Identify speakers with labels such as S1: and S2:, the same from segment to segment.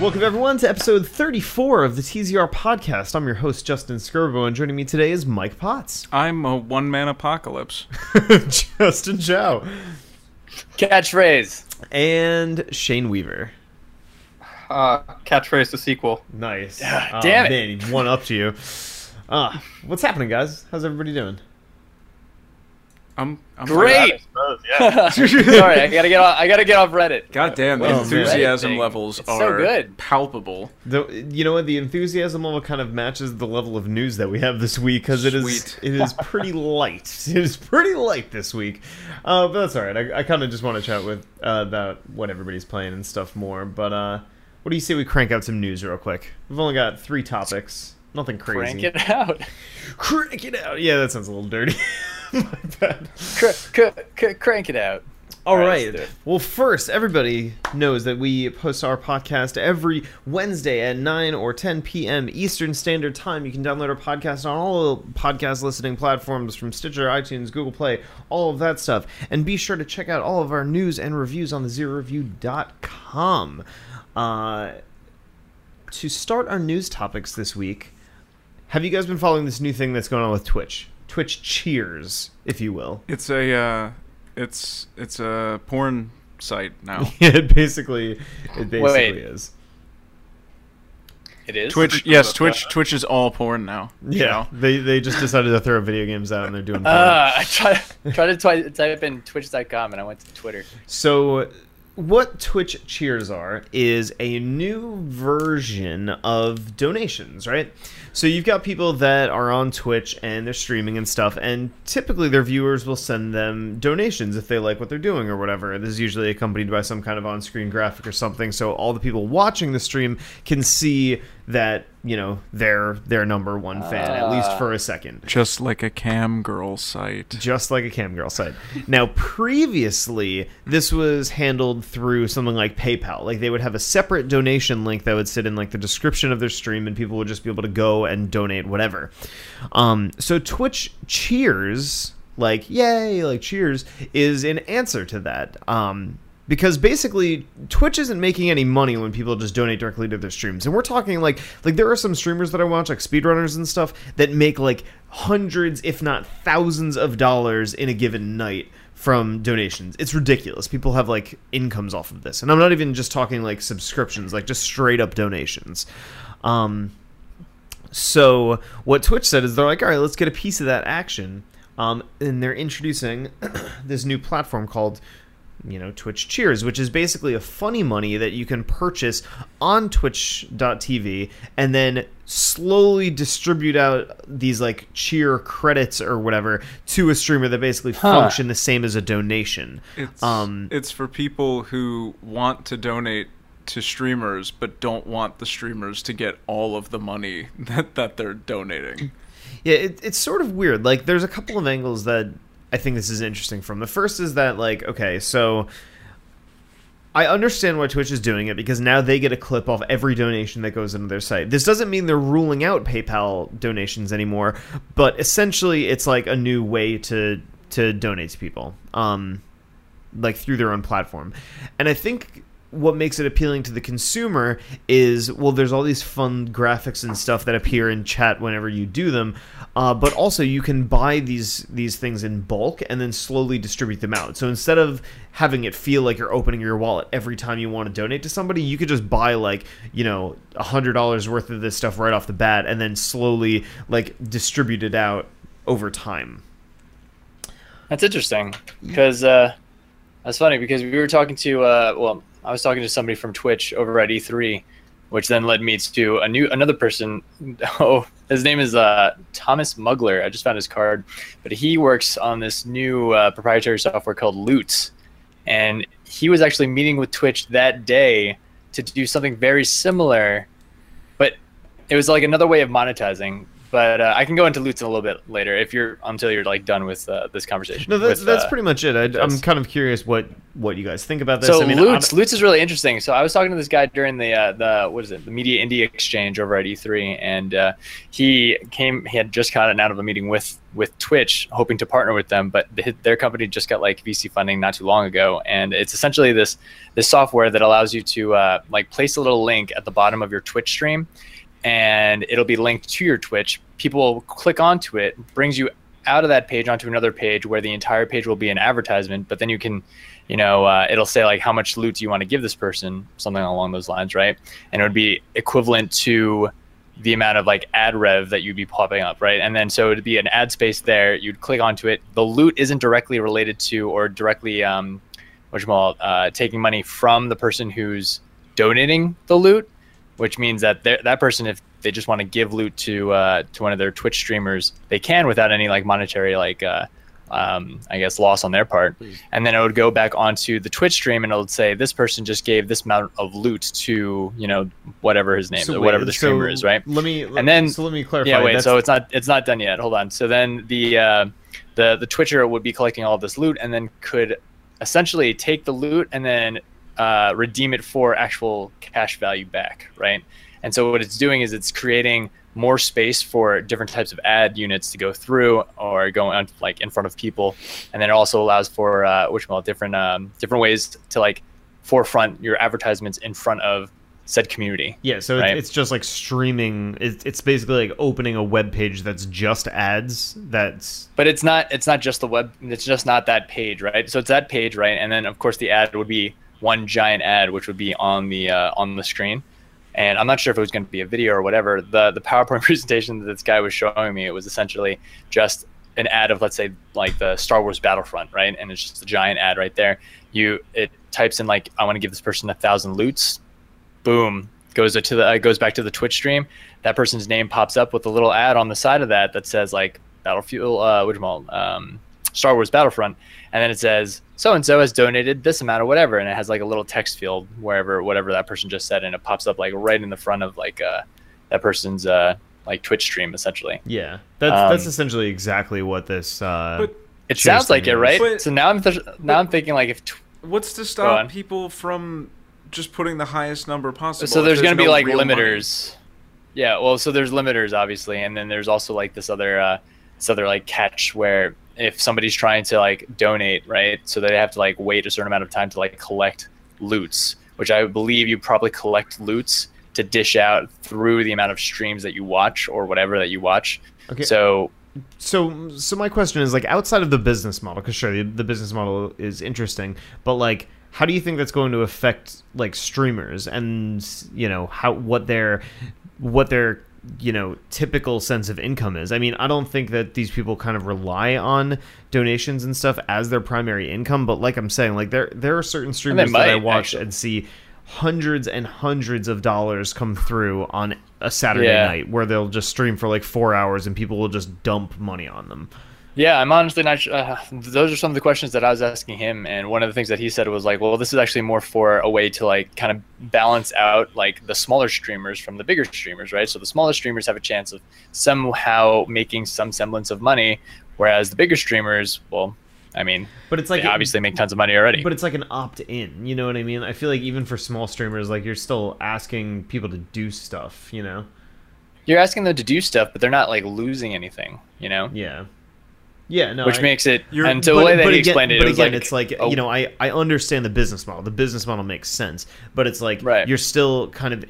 S1: Welcome, everyone, to episode 34 of the TZR podcast. I'm your host, Justin Skirbo, and joining me today is Mike Potts.
S2: I'm a one man apocalypse.
S1: Justin Chow.
S3: Catchphrase.
S1: And Shane Weaver.
S3: Uh, catchphrase the sequel.
S1: Nice.
S3: Ah, damn
S1: Ah,
S3: it.
S1: Man, he won up to you. Ah, what's happening, guys? How's everybody doing?
S2: I'm, I'm
S3: Great. Sorry, I gotta get off. I gotta get off Reddit.
S2: Goddamn, the
S1: Well, man.
S2: enthusiasm
S3: Thing.
S2: levels
S3: It's so
S2: are
S3: good.
S2: palpable.
S1: The, you know what? The enthusiasm level kind of matches the level of news that we have this week because it is
S2: Sweet.
S1: it is pretty light. It is pretty light this week, uh, but that's all right. I, I kind of just want to chat with uh, about what everybody's playing and stuff more. But uh, what do you say we crank out some news real quick? We've only got three topics. Nothing crazy.
S3: Crank it out.
S1: Crank it out. Yeah, that sounds a little dirty. My bad.
S3: Cr- cr- cr- crank it out.
S1: All
S3: All right,
S1: right.
S3: let's do it.
S1: Well, first, everybody knows that we post our podcast every Wednesday at 9 or 10 p.m. Eastern Standard Time. You can download our podcast on all podcast listening platforms from Stitcher, iTunes, Google Play, all of that stuff. And be sure to check out all of our news and reviews on thezeroreview.com. Uh, to start our news topics this week, have you guys been following this new thing that's going on with Twitch? Twitch cheers, if you will.
S2: It's a, uh, it's, it's a porn site now.
S1: it basically it basically
S3: Wait.
S1: is.
S3: It is
S2: Twitch, yes, Twitch, Twitch is all porn now. you
S1: Yeah,
S2: know?
S1: they they just decided to throw video games out and they're doing. porn.
S3: Uh, I try try to twi- type in Twitch.com and I went to Twitter.
S1: So, what Twitch cheers are is a new version of donations, right? So, you've got people that are on Twitch and they're streaming and stuff, and typically their viewers will send them donations if they like what they're doing or whatever. This is usually accompanied by some kind of on screen graphic or something, so all the people watching the stream can see that, you know, they're their number one fan, at least for a second
S2: Just like a cam girl site.
S1: just like a cam girl site. Now, previously, this was handled through something like PayPal. Like they would have a separate donation link that would sit in like the description of their stream, and people would just be able to go and donate whatever. Um, so Twitch cheers, like yay, like cheers, is an answer to that. Um, because basically Twitch isn't making any money when people just donate directly to their streams. And we're talking like like there are some streamers that I watch like speedrunners and stuff that make like hundreds if not thousands of dollars in a given night from donations. It's ridiculous. People have like incomes off of this. And I'm not even just talking like subscriptions, like just straight up donations. Um so what Twitch said is they're like, all right, let's get a piece of that action. Um, and they're introducing this new platform called, you know, Twitch Cheers, which is basically a funny money that you can purchase on Twitch.tv and then slowly distribute out these like cheer credits or whatever to a streamer that basically function the same as a donation.
S2: It's,
S1: Um,
S2: it's for people who want to donate to streamers but don't want the streamers to get all of the money that, that they're donating.
S1: Yeah, it, it's sort of weird. Like, there's a couple of angles that I think this is interesting from. The first is that, like, okay, so I understand why Twitch is doing it because now they get a clip off every donation that goes into their site. This doesn't mean they're ruling out PayPal donations anymore, but essentially, it's like a new way to to donate to people. Um, like through their own platform. And I think what makes it appealing to the consumer is well, there's all these fun graphics and stuff that appear in chat whenever you do them, uh, but also you can buy these these things in bulk and then slowly distribute them out. So instead of having it feel like you're opening your wallet every time you want to donate to somebody, you could just buy like you know a hundred dollars worth of this stuff right off the bat and then slowly like distribute it out over time.
S3: That's interesting because uh, that's funny because we were talking to uh, well, I was talking to somebody from Twitch over at E3, which then led me to a new another person. Oh, his name is uh, Thomas Mugler. I just found his card, but he works on this new uh, proprietary software called Loots, and he was actually meeting with Twitch that day to do something very similar, but it was like another way of monetizing But uh, I can go into Luton a little bit later if you're until you're like done with uh, this conversation.
S1: No, that's
S3: with,
S1: that's
S3: uh,
S1: pretty much it. I, I'm
S3: yes.
S1: kind of curious what what you guys think about this.
S3: So
S1: I mean,
S3: Lutz,
S1: I'm-
S3: Lutz is really interesting. So I was talking to this guy during the uh, the what is it, the Media Indie Exchange over at E3, and uh, he came. He had just gotten out of a meeting with with Twitch, hoping to partner with them, but th their company just got like VC funding not too long ago, and it's essentially this this software that allows you to uh, like place a little link at the bottom of your Twitch stream, and it'll be linked to your Twitch. People will click onto it, brings you out of that page onto another page where the entire page will be an advertisement, but then you can you know, uh, it'll say like how much loot do you want to give this person, something along those lines, right? And it would be equivalent to the amount of like ad rev that you'd be popping up, right? And then so it'd be an ad space there. You'd click onto it. The loot isn't directly related to or directly, um, which uh, taking money from the person who's donating the loot, which means that they're- that person, if they just want to give loot to uh, to one of their Twitch streamers, they can without any like monetary like. Uh, um, I guess loss on their part,
S1: Hmm.
S3: and then it would go back onto the Twitch stream, and it would say this person just gave this amount of loot to you know whatever his name,
S1: so
S3: or whatever
S1: wait,
S3: the streamer
S1: so
S3: is, right?
S1: Let me
S3: And then-
S1: so let me clarify.
S3: Yeah, wait.
S1: that's-
S3: So it's not it's not done yet. Hold on. So then the uh, the the Twitcher would be collecting all this loot, and then could essentially take the loot and then uh, redeem it for actual cash value back, right? And so what it's doing is it's creating more space for different types of ad units to go through or go on like in front of people, and then it also allows for uh, which well different um, different ways to like forefront your advertisements in front of said community.
S1: yeah, so it's
S3: right.
S1: it's just like streaming. It's, it's basically like opening a web page that's just ads. That's
S3: but it's not it's not just the web it's just not that page right so it's that page right and then of course the ad would be one giant ad which would be on the uh, on the screen and i'm not sure if it was going to be a video or whatever the the powerpoint presentation that this guy was showing me it was essentially just an ad of let's say like the star wars battlefront right and it's just a giant ad right there you it types in like i want to give this person a thousand loots boom goes to the uh, goes back to the twitch stream that person's name pops up with a little ad on the side of that that says like battlefield uh which um star wars battlefront and then it says so and so has donated this amount or whatever and it has like a little text field wherever whatever that person just said and it pops up like right in the front of like uh that person's uh like twitch stream essentially
S1: yeah. That's that's
S3: Um,
S1: essentially exactly what this. Uh,
S2: But-
S3: it
S1: Cheers
S3: sounds
S1: to
S3: like
S1: me.
S3: it right
S2: But-
S3: so now i'm th- now i'm thinking like if tw-
S2: What's to
S3: on.
S2: stop people from just putting the highest number possible?
S3: so
S2: if
S3: there's, going to be
S2: no
S3: like
S2: real money?
S3: limiters yeah well so there's limiters obviously and then there's also like this other uh this other like catch where if somebody's trying to like donate right so they have to like wait a certain amount of time to like collect loots which i believe you probably collect loots to dish out through the amount of streams that you watch or whatever that you watch
S1: Okay.
S3: so
S1: so so my question is like outside of the business model because sure the, the business model is interesting but like how do you think that's going to affect like streamers and you know how what their what their you know typical sense of income is i mean i don't think that these people kind of rely on donations and stuff as their primary income but like i'm saying like there there are certain streamers that i
S3: might,
S1: watch
S3: actually.
S1: and see hundreds and hundreds of dollars come through on a saturday
S3: Yeah.
S1: night where they'll just stream for like four hours and people will just dump money on them.
S3: Yeah, I'm honestly not. su- Uh, those are some of the questions that I was asking him, and one of the things that he said was like, "Well, this is actually more for a way to like kind of balance out like the smaller streamers from the bigger streamers, right? So the smaller streamers have a chance of somehow making some semblance of money, whereas the bigger streamers, well, I mean,
S1: But it's like
S3: they obviously make tons of money already.
S1: but it's like an opt in. You know what I mean? I feel like even for small streamers, like you're still asking people to do stuff. You know?
S3: You're asking them to do stuff, but they're not like losing anything, you know,
S1: Yeah. Yeah. No.
S3: which
S1: I-
S3: makes it.
S2: You're-
S3: And so the way that he explained it,
S1: but
S3: it was
S1: again,
S3: like, oh.
S1: it's like
S3: a-
S1: you know, I I understand the business model. The business model makes sense, but it's like
S3: Right.
S1: you're still kind of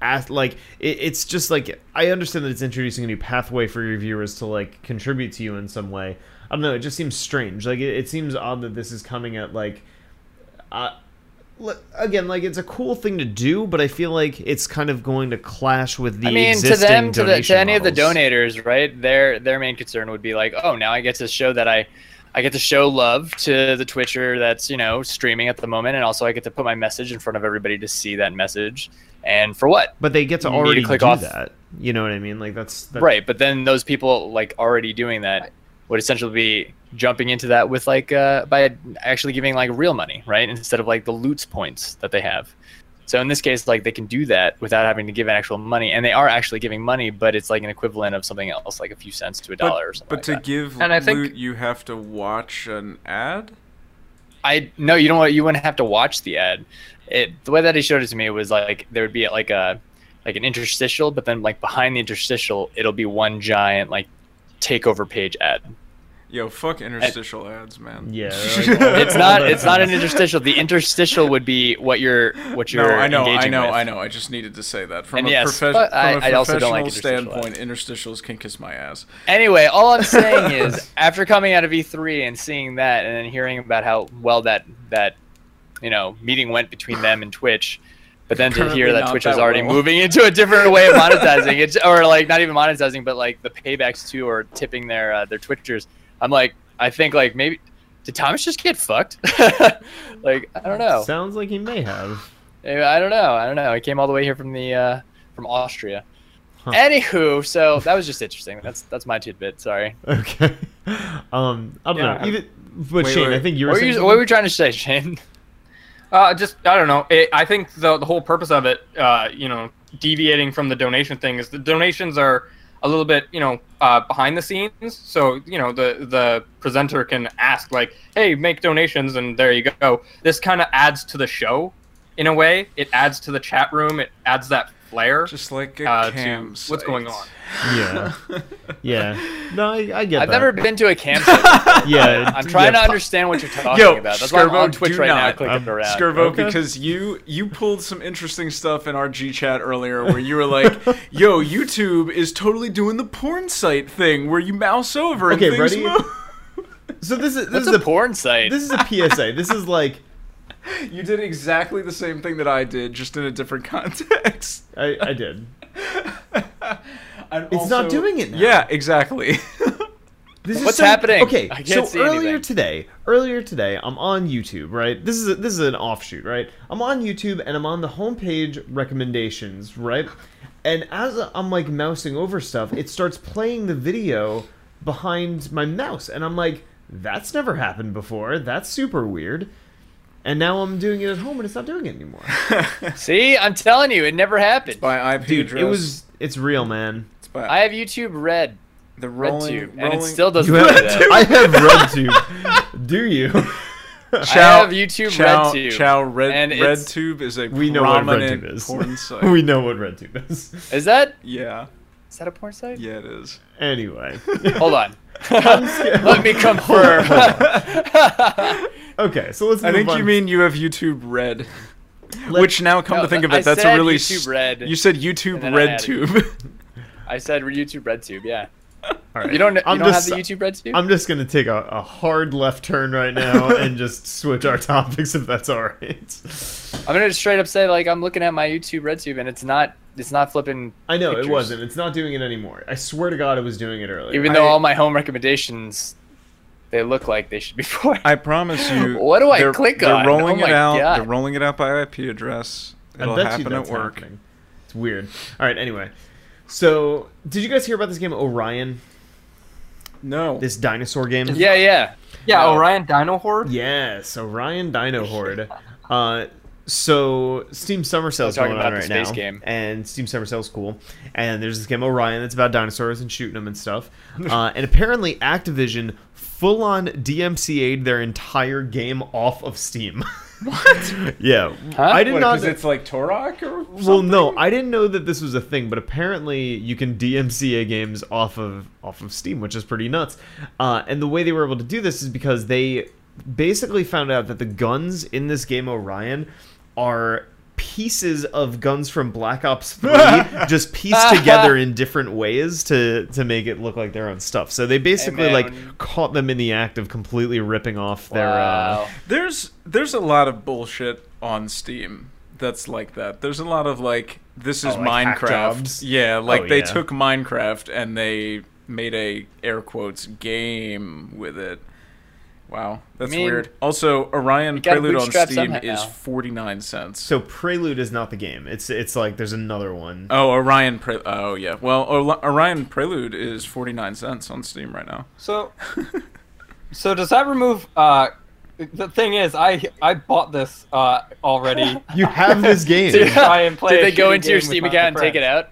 S1: at like it, it's just like I understand that it's introducing a new pathway for your viewers to like contribute to you in some way. I don't know. It just seems strange. Like it, it seems odd that this is coming at like. Uh, l- again, like it's a cool thing to do, but I feel like it's kind of going to clash with the
S3: I mean, to
S1: existing
S3: them, to, the,
S1: donation
S3: to any of the
S1: models.
S3: donators, right? Their their main concern would be like, oh, now I get to show that I, I get to show love to the Twitcher that's you know streaming at the moment, and also I get to put my message in front of everybody to see that message, and for what?
S1: but they get to
S3: You need to
S1: already
S3: click
S1: do
S3: off.
S1: that. You know what I mean? Like that's, that's
S3: Right, but then those people like already doing that would essentially be jumping into that with like uh, by actually giving like real money, right? Instead of like the loot points that they have. So in this case, like they can do that without having to give actual money, and they are actually giving money, but it's like an equivalent of something else, like a few cents to a
S2: But,
S3: dollar or something.
S2: but
S3: like
S2: to
S3: that.
S2: give
S4: And I think-
S2: loot, you have to watch an ad.
S3: I no, you know what? You wouldn't have to watch the ad. It the way that he showed it to me was like there would be like a like an interstitial, but then like behind the interstitial, it'll be one giant like takeover page ad.
S2: Yo, fuck interstitial ads, man.
S1: Yeah,
S3: It's not it's not an interstitial. The interstitial would be what you're what
S2: No,
S3: you're
S2: I know, I
S3: engaging
S2: know,
S3: with.
S2: I know. I just needed to say that from
S3: And
S2: a,
S3: yes,
S2: profe-
S3: but
S2: from a
S3: I- I also
S2: professional
S3: don't like interstitial
S2: standpoint. Interstitials can kiss my ass.
S3: Anyway, all I'm saying is, after coming out of E3 and seeing that, and then hearing about how well that that you know meeting went between them and Twitch, but then to
S2: Apparently
S3: hear that
S2: not
S3: Twitch
S2: that
S3: is already
S2: well.
S3: moving into a different way of monetizing it, or like not even monetizing, but like the paybacks too, or tipping their uh, their Twitchers. I'm like, I think like maybe did Thomas just get fucked? like I don't know.
S1: Sounds like he may have.
S3: Maybe- I don't know. I don't know. I came all the way here from the uh, from Austria.
S1: Huh.
S3: Anywho, so that was just interesting. That's that's my tidbit. Sorry.
S1: Okay. Um, I don't know.
S4: Yeah.
S1: Even, but
S2: Wait,
S1: Shane,
S2: wait.
S1: I think you were
S3: What were,
S1: saying
S3: you, what were you trying to say, Shane?
S4: Uh, just I don't know. It, I think the the whole purpose of it, uh, you know, deviating from the donation thing is the donations are a little bit, you know, uh, behind the scenes. So you know, the the presenter can ask like, "Hey, make donations," and there you go. This kind of adds to the show, in a way. It adds to the chat room. It adds that flair.
S2: Just like a
S4: Uh, to
S2: cam.
S4: what's
S2: site.
S4: going on.
S1: Yeah. Yeah. No, I, I get
S3: I've
S1: that.
S3: never been to a campsite.
S1: Yeah.
S3: I'm trying
S1: yeah,
S3: to understand what you're talking
S2: Yo,
S3: about. That's why I'm
S2: Skirbo,
S3: on Twitch
S2: do
S3: right now,
S2: not.
S3: clicking
S1: Um,
S3: around.
S2: Skirvo,
S1: Okay.
S2: because you you pulled some interesting stuff in our G chat earlier, where you were like, "Yo, YouTube is totally doing the porn site thing, where you mouse over and
S1: Okay,
S2: things
S1: ready?
S2: move."
S1: So this is this
S3: That's
S1: is
S3: a
S1: a
S3: porn site.
S1: this is a PSA. This is like
S2: you did exactly the same thing that I did, just in a different context.
S1: I, I did.
S2: it's
S1: It's not doing it now.
S2: Yeah, exactly.
S1: This is
S3: What's
S1: so-
S3: happening?
S1: Okay,
S3: I can't
S1: so
S3: see
S1: earlier
S3: anything.
S1: today, earlier today, I'm on YouTube, right? This is a, this is an offshoot, right? I'm on YouTube and I'm on the homepage recommendations, right? And as I'm like mousing over stuff, it starts playing the video behind my mouse, and I'm like, "That's never happened before. That's super weird." And now I'm doing it at home, and it's not doing it anymore.
S3: See, I'm telling you, it never happened.
S2: By IP
S1: Dude,
S2: address.
S1: it was it's real, man.
S2: It's by
S3: I have YouTube Red,
S2: the
S3: Red
S2: rolling,
S3: Tube,
S2: rolling.
S3: and it still doesn't
S1: You
S3: do
S1: have,
S3: that.
S1: I have RedTube. Do you?
S3: I have YouTube
S2: Chow,
S3: Red Tube.
S2: Chow Red
S3: and it's-
S2: RedTube is a
S1: We know what
S2: prominent
S1: RedTube is.
S2: porn site.
S1: we know what RedTube is.
S3: Is that
S2: yeah,
S3: is that a porn site?
S2: yeah, it is.
S1: Anyway,
S3: Hold on.
S1: scared.
S3: Let me confirm.
S1: Hold okay, so let's.
S2: I
S1: move
S2: think
S1: on.
S2: you mean you have YouTube Red,
S1: Let-
S2: which now come
S3: No,
S2: to think of
S3: I
S2: it, that's
S3: said
S2: a really
S3: YouTube
S2: s-
S3: Red,
S2: You said
S3: and
S2: YouTube
S3: then I
S2: Red
S3: added
S2: Tube.
S3: I said YouTube Red Tube. Yeah.
S1: All right.
S3: You don't. You
S1: I'm
S3: don't
S1: just,
S3: have the YouTube Red Tube.
S1: I'm just gonna take a, a hard left turn right now and just switch our topics if that's all right.
S3: I'm gonna straight up say like I'm looking at my YouTube RedTube and it's not it's not flipping.
S1: I know
S3: pictures.
S1: it wasn't. It's not doing it anymore. I swear to God, it was doing it earlier.
S3: Even
S1: I-
S3: though all my home recommendations, they look like they should be for.
S2: I promise you.
S3: What do I
S2: they're-
S3: click
S2: they're
S3: on?
S2: Rolling
S3: Oh
S2: it
S3: my
S2: out.
S3: God.
S2: They're rolling it out by IP address.
S1: I
S2: It'll
S1: bet
S2: happen
S1: you that's
S2: at work.
S1: happening. It's weird. All right. Anyway, so did you guys hear about this game Orion?
S2: No.
S1: This dinosaur game?
S3: yeah, yeah.
S4: yeah,
S3: No.
S4: Orion Dino Horde.
S1: Yes, Orion Dino Horde. Uh, so Steam Summer Sale's
S3: We're
S1: going
S3: talking
S1: on
S3: about the
S1: right
S3: space
S1: now,
S3: game.
S1: and Steam Summer Sale's cool. And there's this game Orion that's about dinosaurs and shooting them and stuff. Uh, and apparently, Activision full on DMCA'd their entire game off of Steam. What? yeah,
S3: Huh?
S1: I did not.
S2: it's like Torok or something?
S1: Well, no, I didn't know that this was a thing, but apparently you can DMCA games off of off of Steam, which is pretty nuts. Uh, and the way they were able to do this is because they basically found out that the guns in this game Orion are pieces of guns from Black Ops 3 just pieced together in different ways to to make it look like their own stuff. So they basically
S3: man.
S1: like caught them in the act of completely ripping off their uh,
S3: Wow.
S2: There's there's a lot of bullshit on Steam that's like that. There's a lot of like this is
S1: Oh, like hack
S2: Minecraft.
S1: jobs?
S2: Yeah, like
S1: Oh,
S2: they
S1: yeah.
S2: took Minecraft and they made a air quotes game with it. Wow, that's
S3: mean,
S2: weird. Also, Orion
S3: gotta
S2: Prelude on
S3: bootstrap
S2: Steam
S3: somehow.
S2: is 49 cents.
S1: so Prelude is not the game. It's it's like there's another one.
S2: oh, Orion Pre- Oh yeah. Well, Or- Orion Prelude is 49 cents on Steam right now.
S4: So, so does that remove uh, the thing is, I I bought this uh, already.
S1: You have this game.
S4: to try and play.
S3: Did
S4: a
S3: they go
S4: shitty
S3: into your
S4: game with
S3: Steam
S4: my
S3: account and take it
S4: friends.
S3: out?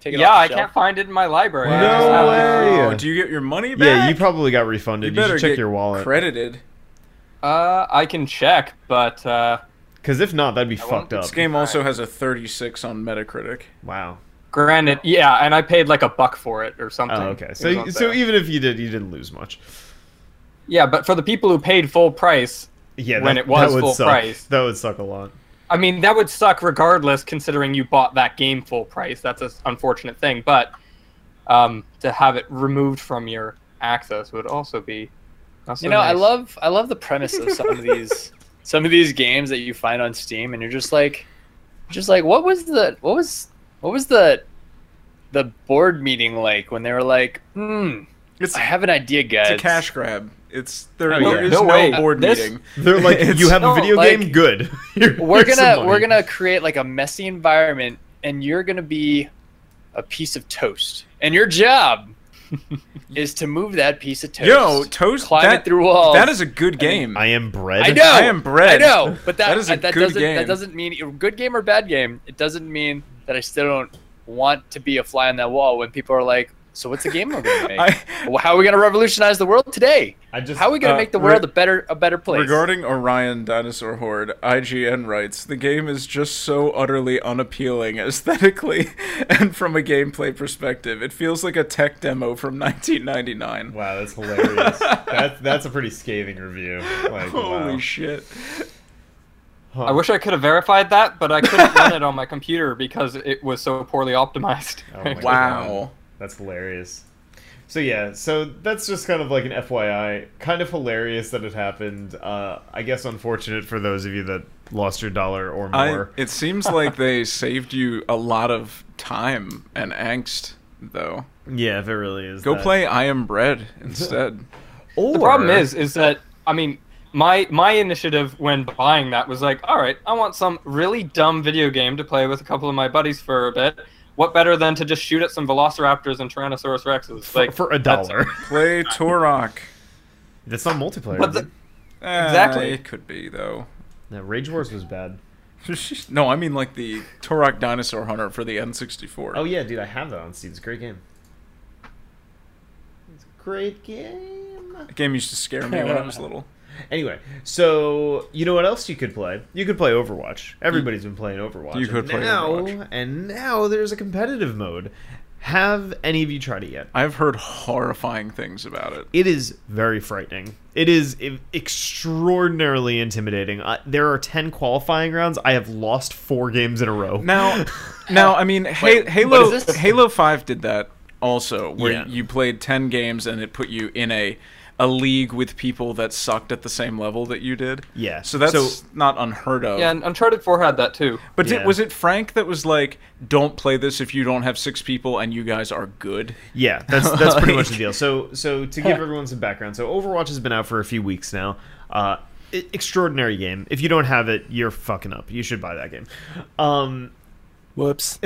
S3: Take it off
S4: yeah,
S3: the
S4: I
S3: shelf?
S4: can't find it in my library. I
S1: No
S4: just have it.
S1: way.
S2: Oh, do you get your money back?
S1: yeah, you probably got
S2: You
S1: refunded. You,
S2: better
S1: should check
S2: get
S1: your wallet.
S2: credited.
S4: Uh, I can check, but uh,
S1: Because if not, that'd be
S4: won't.
S1: fucked up.
S2: This game also has a 36 on Metacritic.
S1: Wow.
S4: granted, yeah, and I paid like a buck for it or something.
S1: Oh, okay.
S4: It was
S1: So
S4: on
S1: so
S4: sale.
S1: even if you did, you didn't lose much.
S4: yeah, but for the people who paid full price,
S1: Yeah,
S4: When
S1: that,
S4: it was
S1: that would
S4: full
S1: suck.
S4: price.
S1: That would suck a lot.
S4: I mean, that would suck regardless, considering you bought that game full price. That's an unfortunate thing, but um, to have it removed from your access would also be. not so
S3: you know, I
S4: nice.
S3: love I love the premise of some of these some of these games that you find on Steam, and you're just like, just like, what was the what was what was the the board meeting like when they were like, hmm,
S2: It's,
S3: I have an idea, guys.
S2: it's a cash grab. It's there
S1: Oh,
S2: is
S1: yeah.
S2: no,
S4: No way.
S2: board
S4: This-
S2: meeting.
S1: They're like,
S2: It's-
S1: you have a
S3: No,
S1: video
S3: like,
S1: game, good. Here-
S3: We're
S1: here's some
S3: gonna we're
S1: money.
S3: gonna create like a messy environment, and you're gonna be a piece of toast, and your job is to move that piece of toast.
S2: Yo, toast
S3: climb
S2: that,
S3: it through walls.
S2: That is a good game.
S1: I am bread.
S3: I know.
S2: I am bread.
S3: I know, but that
S2: That is a
S3: that
S2: good
S3: doesn't
S2: game.
S3: that doesn't mean good game or bad game. It doesn't mean that I still don't want to be a fly on that wall when people are like, "So what's the game we're going to make?
S2: I-
S3: Well, How are we going to revolutionize the world today?
S1: I just
S3: How are we going to
S2: Uh,
S3: make the
S2: re-
S3: world a better a better place?"
S2: Regarding Orion Dinosaur Horde, IGN writes the game is just so utterly unappealing aesthetically and from a gameplay perspective. It feels like a tech demo from 1999.
S1: Wow, that's hilarious. that's that's a pretty scathing review. Like,
S2: Holy
S1: wow.
S2: shit.
S1: Huh.
S4: I wish I could have verified that, but I couldn't run it on my computer because it was so poorly optimized.
S1: Oh my
S2: Wow.
S1: That's hilarious. So yeah, so that's just kind of like an FYI. Kind of hilarious that it happened. Uh, I guess unfortunate for those of you that lost your dollar or
S2: I,
S1: more.
S2: it seems like they saved you a lot of time and angst, though.
S1: yeah, if it really is.
S2: Go
S1: that.
S2: play I Am Bread instead.
S1: Or,
S4: The problem is, is that I mean, my my initiative when buying that was like, all right, I want some really dumb video game to play with a couple of my buddies for a bit. What better than to just shoot at some Velociraptors and Tyrannosaurus Rexes?
S1: for,
S4: Like
S1: for a
S4: that's-
S1: dollar.
S2: play Torok.
S1: That's not multiplayer.
S4: But
S1: is it?
S2: Eh,
S4: Exactly.
S2: it could be, though.
S1: No, Rage Wars was bad.
S2: no, I mean like the Torok Dinosaur Hunter for the N64.
S1: Oh yeah, dude, I have that on Steam. It's a great game. It's a great game.
S2: That game used to scare me when I was little.
S1: Anyway, so you know what else you could play? You could play Overwatch. Everybody's been playing Overwatch.
S2: You could
S1: And
S2: play
S1: now,
S2: Overwatch.
S1: And now there's a competitive mode. Have any of you tried it yet?
S2: I've heard horrifying things about it.
S1: It is very frightening. It is e- extraordinarily intimidating. Uh, there are 10 qualifying rounds. I have lost four games in a row.
S2: Now, now, I mean, Ha-
S3: Wait,
S2: Halo
S3: what is this?
S2: Halo Five did that also, where
S1: Yeah.
S2: you played ten games and it put you in a a league with people that sucked at the same level that you did.
S1: Yeah.
S2: So that's
S1: So-
S2: not unheard of.
S4: yeah, and Uncharted Four had that too.
S2: But did,
S1: Yeah.
S2: was it Frank that was like, "Don't play this if you don't have six people and you guys are good"?
S1: Yeah, that's that's pretty much the deal. So so to give everyone some background, so Overwatch has been out for a few weeks now. Uh, e- extraordinary game. If you don't have it, you're fucking up. You should buy that game. Um,
S2: Whoops.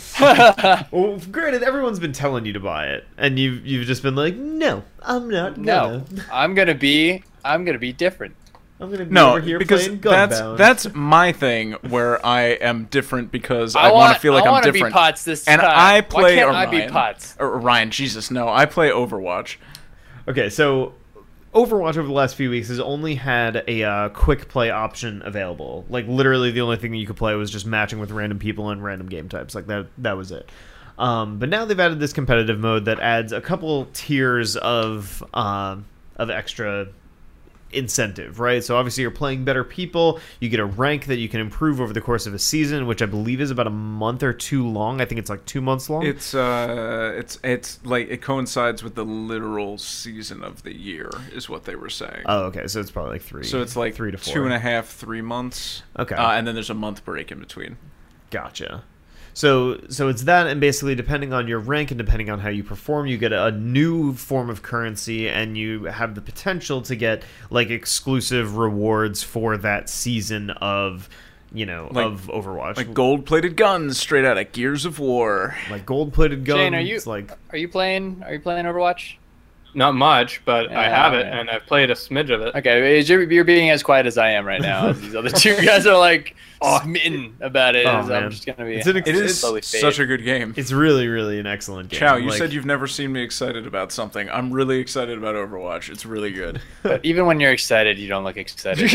S1: well, granted, everyone's been telling you to buy it, and you've you've just been like, no, I'm not.
S3: no,
S1: No,
S3: I'm going to be I'm going to be different.
S1: I'm gonna be
S2: No,
S1: over here
S2: because
S1: playing Gunbound.
S2: that's that's my thing where I am different because I,
S3: I,
S2: want to feel like
S3: I
S2: am
S3: wanna
S2: different.
S3: be Pots this
S2: and
S3: time.
S2: I play
S3: Why can't
S2: Orion.
S3: I be Pots?
S2: Or Orion, Jesus, no, I play Overwatch.
S1: Okay, so Overwatch over the last few weeks has only had a uh, quick play option available. Like literally, the only thing that you could play was just matching with random people and random game types. Like that, that was it. Um, but now they've added this competitive mode that adds a couple tiers of um of extra incentive, right? So obviously you're playing better people, you get a rank that you can improve over the course of a season, which I believe is about a month or two long. I think it's like two months long.
S2: It's uh, it's it's like it coincides with the literal season of the year, is what they were saying.
S1: oh, okay, so it's probably like three.
S2: so it's like
S1: three to four.
S2: two and a half, three months.
S1: Okay.
S2: uh, and then there's a month break in between.
S1: Gotcha. So so it's that, and basically depending on your rank and depending on how you perform, you get a new form of currency, and you have the potential to get like exclusive rewards for that season of you know
S2: Like-
S1: of Overwatch,
S2: Like gold-plated guns, straight out of Gears of War.
S1: like gold plated guns,
S3: Jane, are you-
S1: like
S3: Are you playing Are you playing Overwatch?
S4: not much, but I
S3: Yeah,
S4: have it
S3: yeah.
S4: and I've played a smidge of it.
S3: Okay, you're, you're being as quiet as I am right now. as These other two guys are like smitten about it.
S1: Oh,
S3: as
S1: man.
S3: I'm just gonna be.
S1: It's an ex-
S2: It is
S3: slowly fade.
S2: such a good game.
S1: It's really, really an excellent game.
S2: Chow, you
S1: Like,
S2: said you've never seen me excited about something. I'm really excited about Overwatch. It's really good.
S3: But even when you're excited, you don't look excited.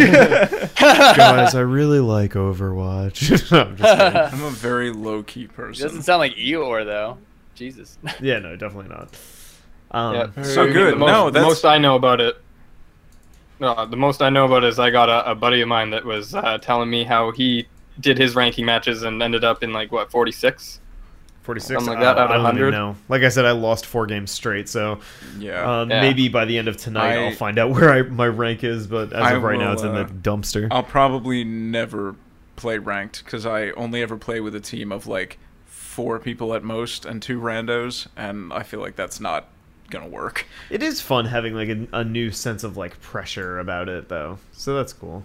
S1: guys, I really like Overwatch. No, I'm just kidding.
S2: I'm a very low key
S3: It
S2: person.
S3: doesn't sound like Eeyore though. Jesus.
S1: yeah, no, definitely not. Um,
S4: Yep.
S2: So
S4: The
S2: good.
S4: most-
S2: No,
S4: the
S2: that's-
S4: most I know about it. Uh, the most I know about it is I got a, a buddy of mine that was uh, telling me how he did his ranking matches and ended up in like what 46.
S1: 46
S4: Something like that
S1: I-
S4: out of
S1: I don't even
S4: 100?
S1: know. Like I said, I lost four games straight, so
S2: Yeah.
S1: um,
S4: Yeah.
S1: maybe by the end of tonight
S2: I-
S1: I'll find out where I, my rank is. But as
S2: I
S1: of right now,
S2: will,
S1: it's in the
S2: uh,
S1: dumpster.
S2: I'll probably never play ranked because I only ever play with a team of like four people at most and two randos, and I feel like that's not gonna work.
S1: It is fun having like a, a new sense of like pressure about it, though. So that's cool.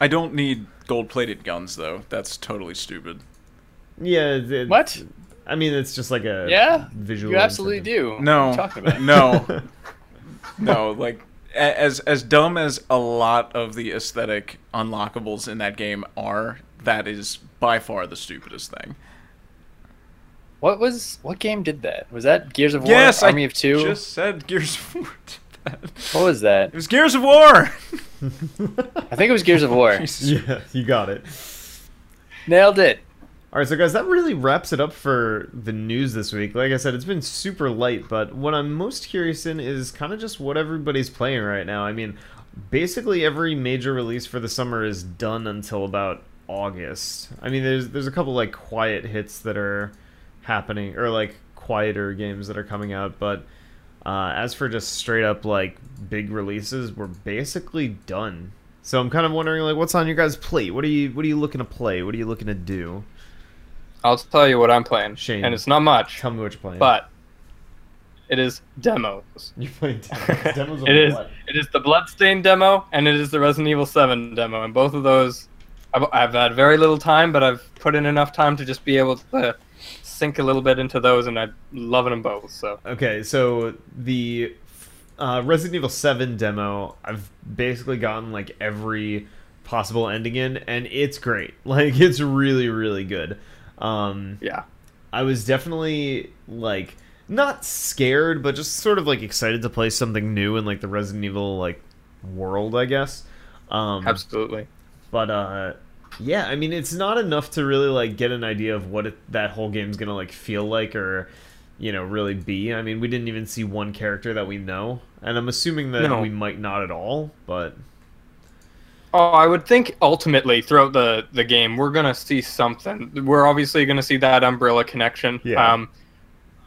S2: I don't need gold plated guns though. That's totally stupid.
S1: Yeah. it- it-
S3: What?
S1: I mean, it's just like a
S3: Yeah.
S1: visual.
S3: You absolutely
S1: incentive.
S3: do.
S2: No,
S3: What are you talking about.
S2: no, no. Like a- as as dumb as a lot of the aesthetic unlockables in that game are, that is by far the stupidest thing.
S3: What was what game did that? Was that Gears of War?
S2: Yes, I
S3: Army of Two.
S2: Just said Gears of War. did that.
S3: What was that?
S2: It was Gears of War.
S3: I think it was Gears of War.
S1: Yeah, you got it.
S3: Nailed it.
S1: All right, so guys, that really wraps it up for the news this week. Like I said, it's been super light, but what I'm most curious in is kind of just what everybody's playing right now. I mean, basically every major release for the summer is done until about August. I mean, there's there's a couple like quiet hits that are happening or like quieter games that are coming out, but uh, as for just straight up like big releases, we're basically done. So I'm kind of wondering like what's on your guys' plate? What are you what are you looking to play? What are you looking to do?
S4: I'll tell you what I'm playing,
S1: Shame.
S4: and it's not much,
S1: Tell me what you're playing.
S4: but it is demos.
S1: you're playing demos. demos on
S4: It is.
S1: what?
S4: It is the Bloodstained demo, and it is the Resident Evil 7 demo, and both of those, I've, I've had very little time, but I've put in enough time to just be able to sink a little bit into those, and I'm loving them both. So
S1: Okay, so the uh, Resident Evil 7 demo, I've basically gotten like every possible ending in, and it's great. Like, it's really, really good. Um,
S4: yeah,
S1: I was definitely like not scared, but just sort of like excited to play something new in like the Resident Evil like world, I guess. Um,
S4: absolutely.
S1: but uh yeah i mean it's not enough to really like get an idea of what it, that whole game's gonna like feel like or you know really be i mean we didn't even see one character that we know and i'm assuming that
S4: No.
S1: we might not at all but
S4: Oh, I would think ultimately throughout the, the game we're gonna see something. We're obviously gonna see that umbrella connection.
S1: Yeah.
S4: Um,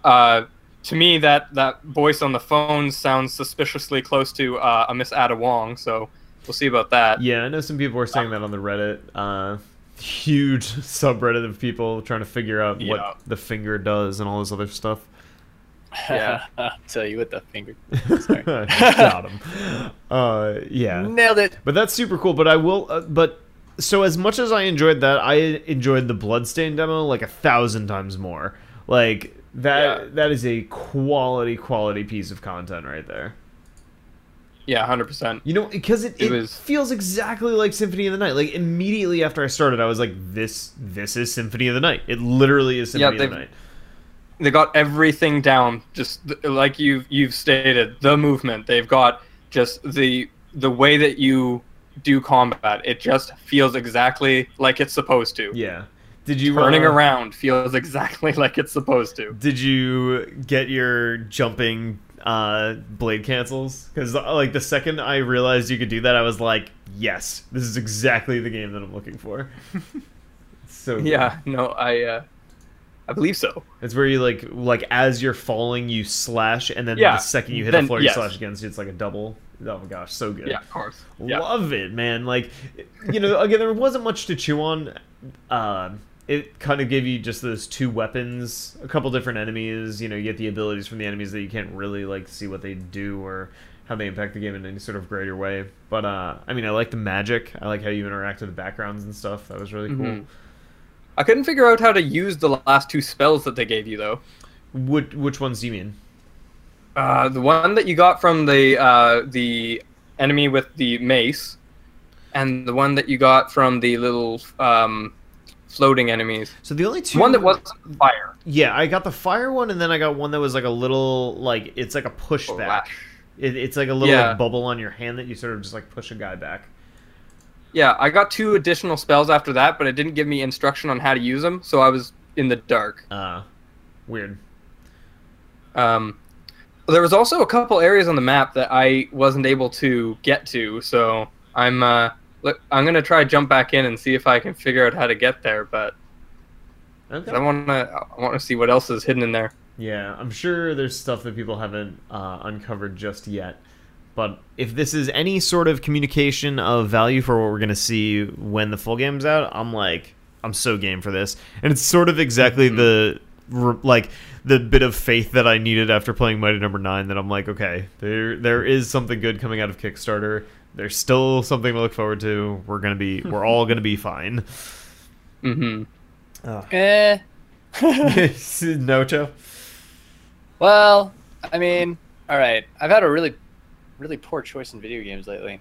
S4: uh, to me, that that voice on the phone sounds suspiciously close to uh, a Miss Ada Wong. So we'll see about that.
S1: yeah i know some people were saying that on the reddit uh huge subreddit of people trying to figure out
S4: Yeah.
S1: what the finger does and all this other stuff
S4: Yeah.
S3: I'll tell you what the finger. Sorry.
S1: got him uh yeah
S3: Nailed it.
S1: But that's super cool. But I will. Uh, but so as much as I enjoyed that, I enjoyed the Bloodstain demo like a thousand times more. Like that.
S4: Yeah.
S1: That is a quality, quality piece of content right there.
S4: Yeah, hundred percent.
S1: You know, because it,
S4: It
S1: it,
S4: was-
S1: feels exactly like Symphony of the Night. Like immediately after I started, I was like, "This, this is Symphony of the Night. It literally is
S4: Yeah,
S1: Symphony of the
S4: they've-
S1: Night."
S4: they got everything down just th- like you've you've stated the movement they've got just the the way that you do combat it just feels exactly like it's supposed to
S1: Yeah. Did you
S4: turning
S1: uh,
S4: around feels exactly like it's supposed to
S1: Did you get your jumping uh, blade cancels? Because like the second I realized you could do that, I was like, yes, this is exactly the game that I'm looking for. It's so good.
S4: yeah no i uh i believe so
S1: it's where you like like as you're falling, you slash, and then
S4: Yeah,
S1: the second you hit
S4: then-
S1: the floor,
S4: yes.
S1: you slash again. So it's like a double. Oh my gosh, so good.
S4: yeah of course yeah
S1: Love it, man. Like, you know, again, there wasn't much to chew on. Um, it kind of gave you just those two weapons, a couple different enemies. You know, you get the abilities from the enemies that you can't really like see what they do or how they impact the game in any sort of greater way. But uh, I mean, I like the magic. I like how you interact with the backgrounds and stuff. That was really cool.
S4: Mhm. i couldn't figure out how to use the last two spells that they gave you though
S1: Which which ones do you mean?
S4: uh, the one that you got from the uh, the enemy with the mace, and the one that you got from the little um, floating enemies.
S1: So the only two
S4: One that wasn't fire.
S1: yeah, I got the fire one, and then I got one that was like a little like it's like a pushback.
S4: Flash.
S1: It, it's like a little like,
S4: Oh, Yeah.
S1: bubble on your hand that you sort of just like push a guy back.
S4: Yeah, I got two additional spells after that, but it didn't give me instruction on how to use them, so I was in the dark.
S1: Uh, weird.
S4: Um, there was also a couple areas on the map that I wasn't able to get to, so I'm uh, look, I'm gonna try jump back in and see if I can figure out how to get there. But 'cause
S1: Okay.
S4: I wanna I wanna see what else is hidden in there.
S1: Yeah, I'm sure there's stuff that people haven't uh, uncovered just yet. But if this is any sort of communication of value for what we're going to see when the full game's out, I'm like, I'm so game for this. And it's sort of exactly the re- like the bit of faith that I needed after playing Mighty Number Nine. That I'm like, okay, there there is something good coming out of Kickstarter. There's still something to look forward to. We're gonna be, we're all gonna be fine.
S4: Mm-hmm.
S1: Oh.
S3: Eh.
S1: no, Joe.
S3: well, I mean, all right. I've had a really, really poor choice in video games lately.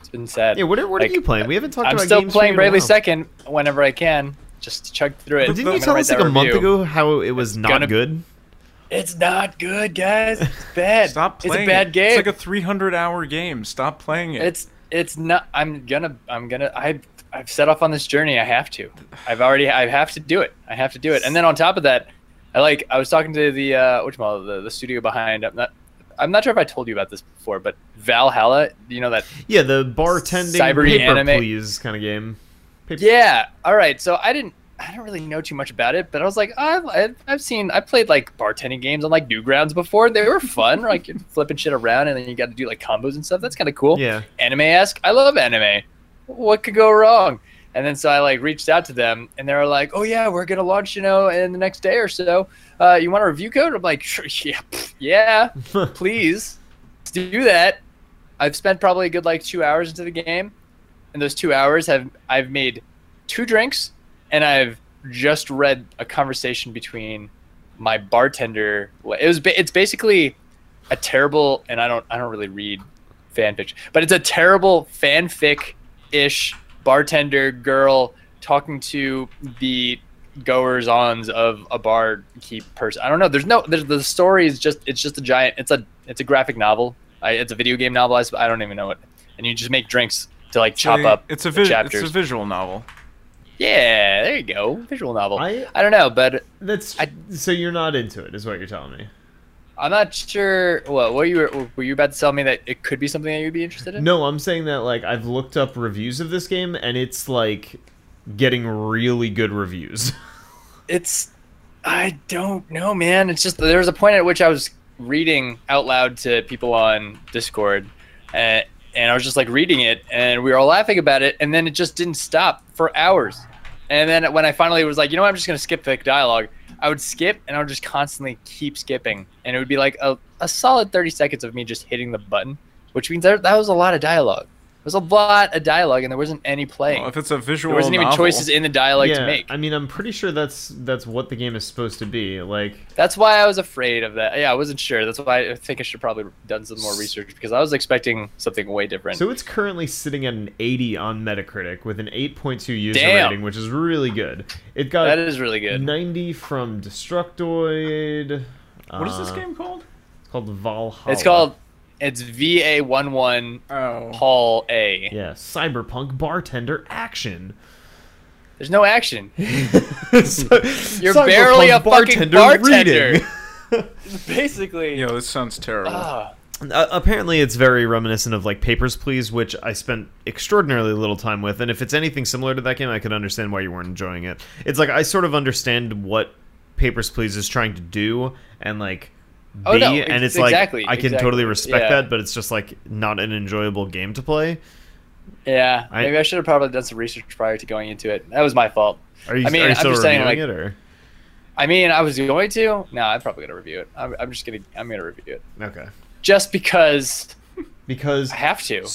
S3: It's been sad.
S1: Yeah, what are, what are
S3: Like,
S1: you playing? We haven't talked
S3: I'm
S1: about
S3: still
S1: games for you
S3: playing
S1: in a
S3: Bravely
S1: while.
S3: Second whenever I can, just to chug through it.
S1: But didn't you
S3: I'm gonna
S1: tell
S3: write
S1: us like
S3: that
S1: a month
S3: review.
S1: ago how it was not
S3: gonna-
S1: good?
S3: It's not good, guys. It's bad.
S2: Stop playing.
S3: It's a bad
S2: it.
S3: game.
S2: It's like a 300 hour game. Stop playing it.
S3: It's it's not. I'm gonna. I'm gonna. I I've set off on this journey. I have to. I've already. I have to do it. I have to do it. And then on top of that, I like. I was talking to the uh, which the the studio behind. I'm not. I'm not sure if I told you about this before, but Valhalla. You know that
S1: Yeah, the bartending
S3: Cyber
S1: paper
S3: anime.
S1: please kind of game. Paper-
S3: Yeah. All right. So I didn't. I don't really know too much about it, but I was like, I've, I've- I've seen, I played like bartending games on like Newgrounds before. They were fun, like you're flipping shit around, and then you got to do like combos and stuff. That's kind of cool.
S1: Yeah.
S3: Anime esque. I love anime. What could go wrong? And then so I like reached out to them, and they were like, "Oh yeah, we're gonna launch, you know, in the next day or so. Uh, you want a review code?" I'm like, "Sure, yeah, pff, yeah, please, let's do that." I've spent probably a good like two hours into the game, and those two hours have I've made two drinks, and I've just read a conversation between my bartender. It was ba- it's basically a terrible, and I don't I don't really read fanfic, but it's a terrible fanfic ish bartender girl talking to the goers ons of a bar keep person. I don't know. There's no there's, the story is just it's just a giant. It's a it's a graphic novel. I, it's a video game novel. I, sp- I don't even know it. And you just make drinks to like chop
S2: a,
S3: up
S2: It's a,
S3: the
S2: vis- it's
S3: chapters.
S2: a visual novel.
S3: Yeah, there you go. Visual novel. I,
S1: I
S3: don't know, but
S1: that's
S3: I-
S1: so you're not into it is what you're telling me.
S3: I'm not sure. What what you were, were you about to tell me that it could be something that you'd be interested in?
S1: No, I'm saying that like I've looked up reviews of this game and it's like getting really good reviews.
S3: it's I don't know, man. It's just there was a point at which I was reading out loud to people on Discord, and, and I was just like reading it, and we were all laughing about it, and then it just didn't stop for hours. And then when I finally was like, you know, what, I'm just gonna skip the dialogue. I would skip, and I would just constantly keep skipping, and it would be like a, a solid 30 seconds of me just hitting the button, which means there, that was a lot of dialogue. There was a lot of dialogue, and there wasn't any playing.
S2: Well, if it's a visual
S3: there wasn't even
S2: novel,
S3: choices in the dialogue
S1: yeah,
S3: to make.
S1: I mean, I'm pretty sure that's that's what the game is supposed to be. Like,
S3: That's why I was afraid of that. Yeah, I wasn't sure. That's why I think I should probably done some more research because I was expecting something way different.
S1: so it's currently sitting at an 80 on Metacritic with an 8.2 user
S3: Damn.
S1: rating, which is really good. It got
S3: that is really good.
S1: 90 from Destructoid.
S2: What is this
S1: Uh,
S2: game called?
S1: It's called Valhalla.
S3: It's called it's VA one one
S2: Oh.
S3: Hall A.
S1: yeah, Cyberpunk Bartender Action.
S3: There's no action.
S1: You're
S3: barely a fucking bartender. Basically.
S2: Yo, this sounds terrible.
S3: ah,
S1: uh, apparently, it's very reminiscent of like Papers Please, which I spent extraordinarily little time with. And if it's anything similar to that game, I could understand why you weren't enjoying it. It's like I sort of understand what Papers Please is trying to do, and like. Be,
S3: Oh, no,
S1: and
S3: ex-
S1: it's like
S3: exactly,
S1: I can
S3: exactly,
S1: totally respect
S3: yeah.
S1: that, but it's just like not an enjoyable game to play.
S3: yeah.
S1: I-
S3: Maybe I should have probably done some research prior to going into it. That was my fault.
S1: Are you,
S3: I mean,
S1: are you
S3: I'm
S1: still
S3: just
S1: reviewing
S3: saying, like-
S1: it or
S3: I mean, I was going to. No, I'm probably gonna review it. I'm, I'm just gonna. I'm gonna review it
S1: okay?
S3: just because
S1: Because
S3: I have to.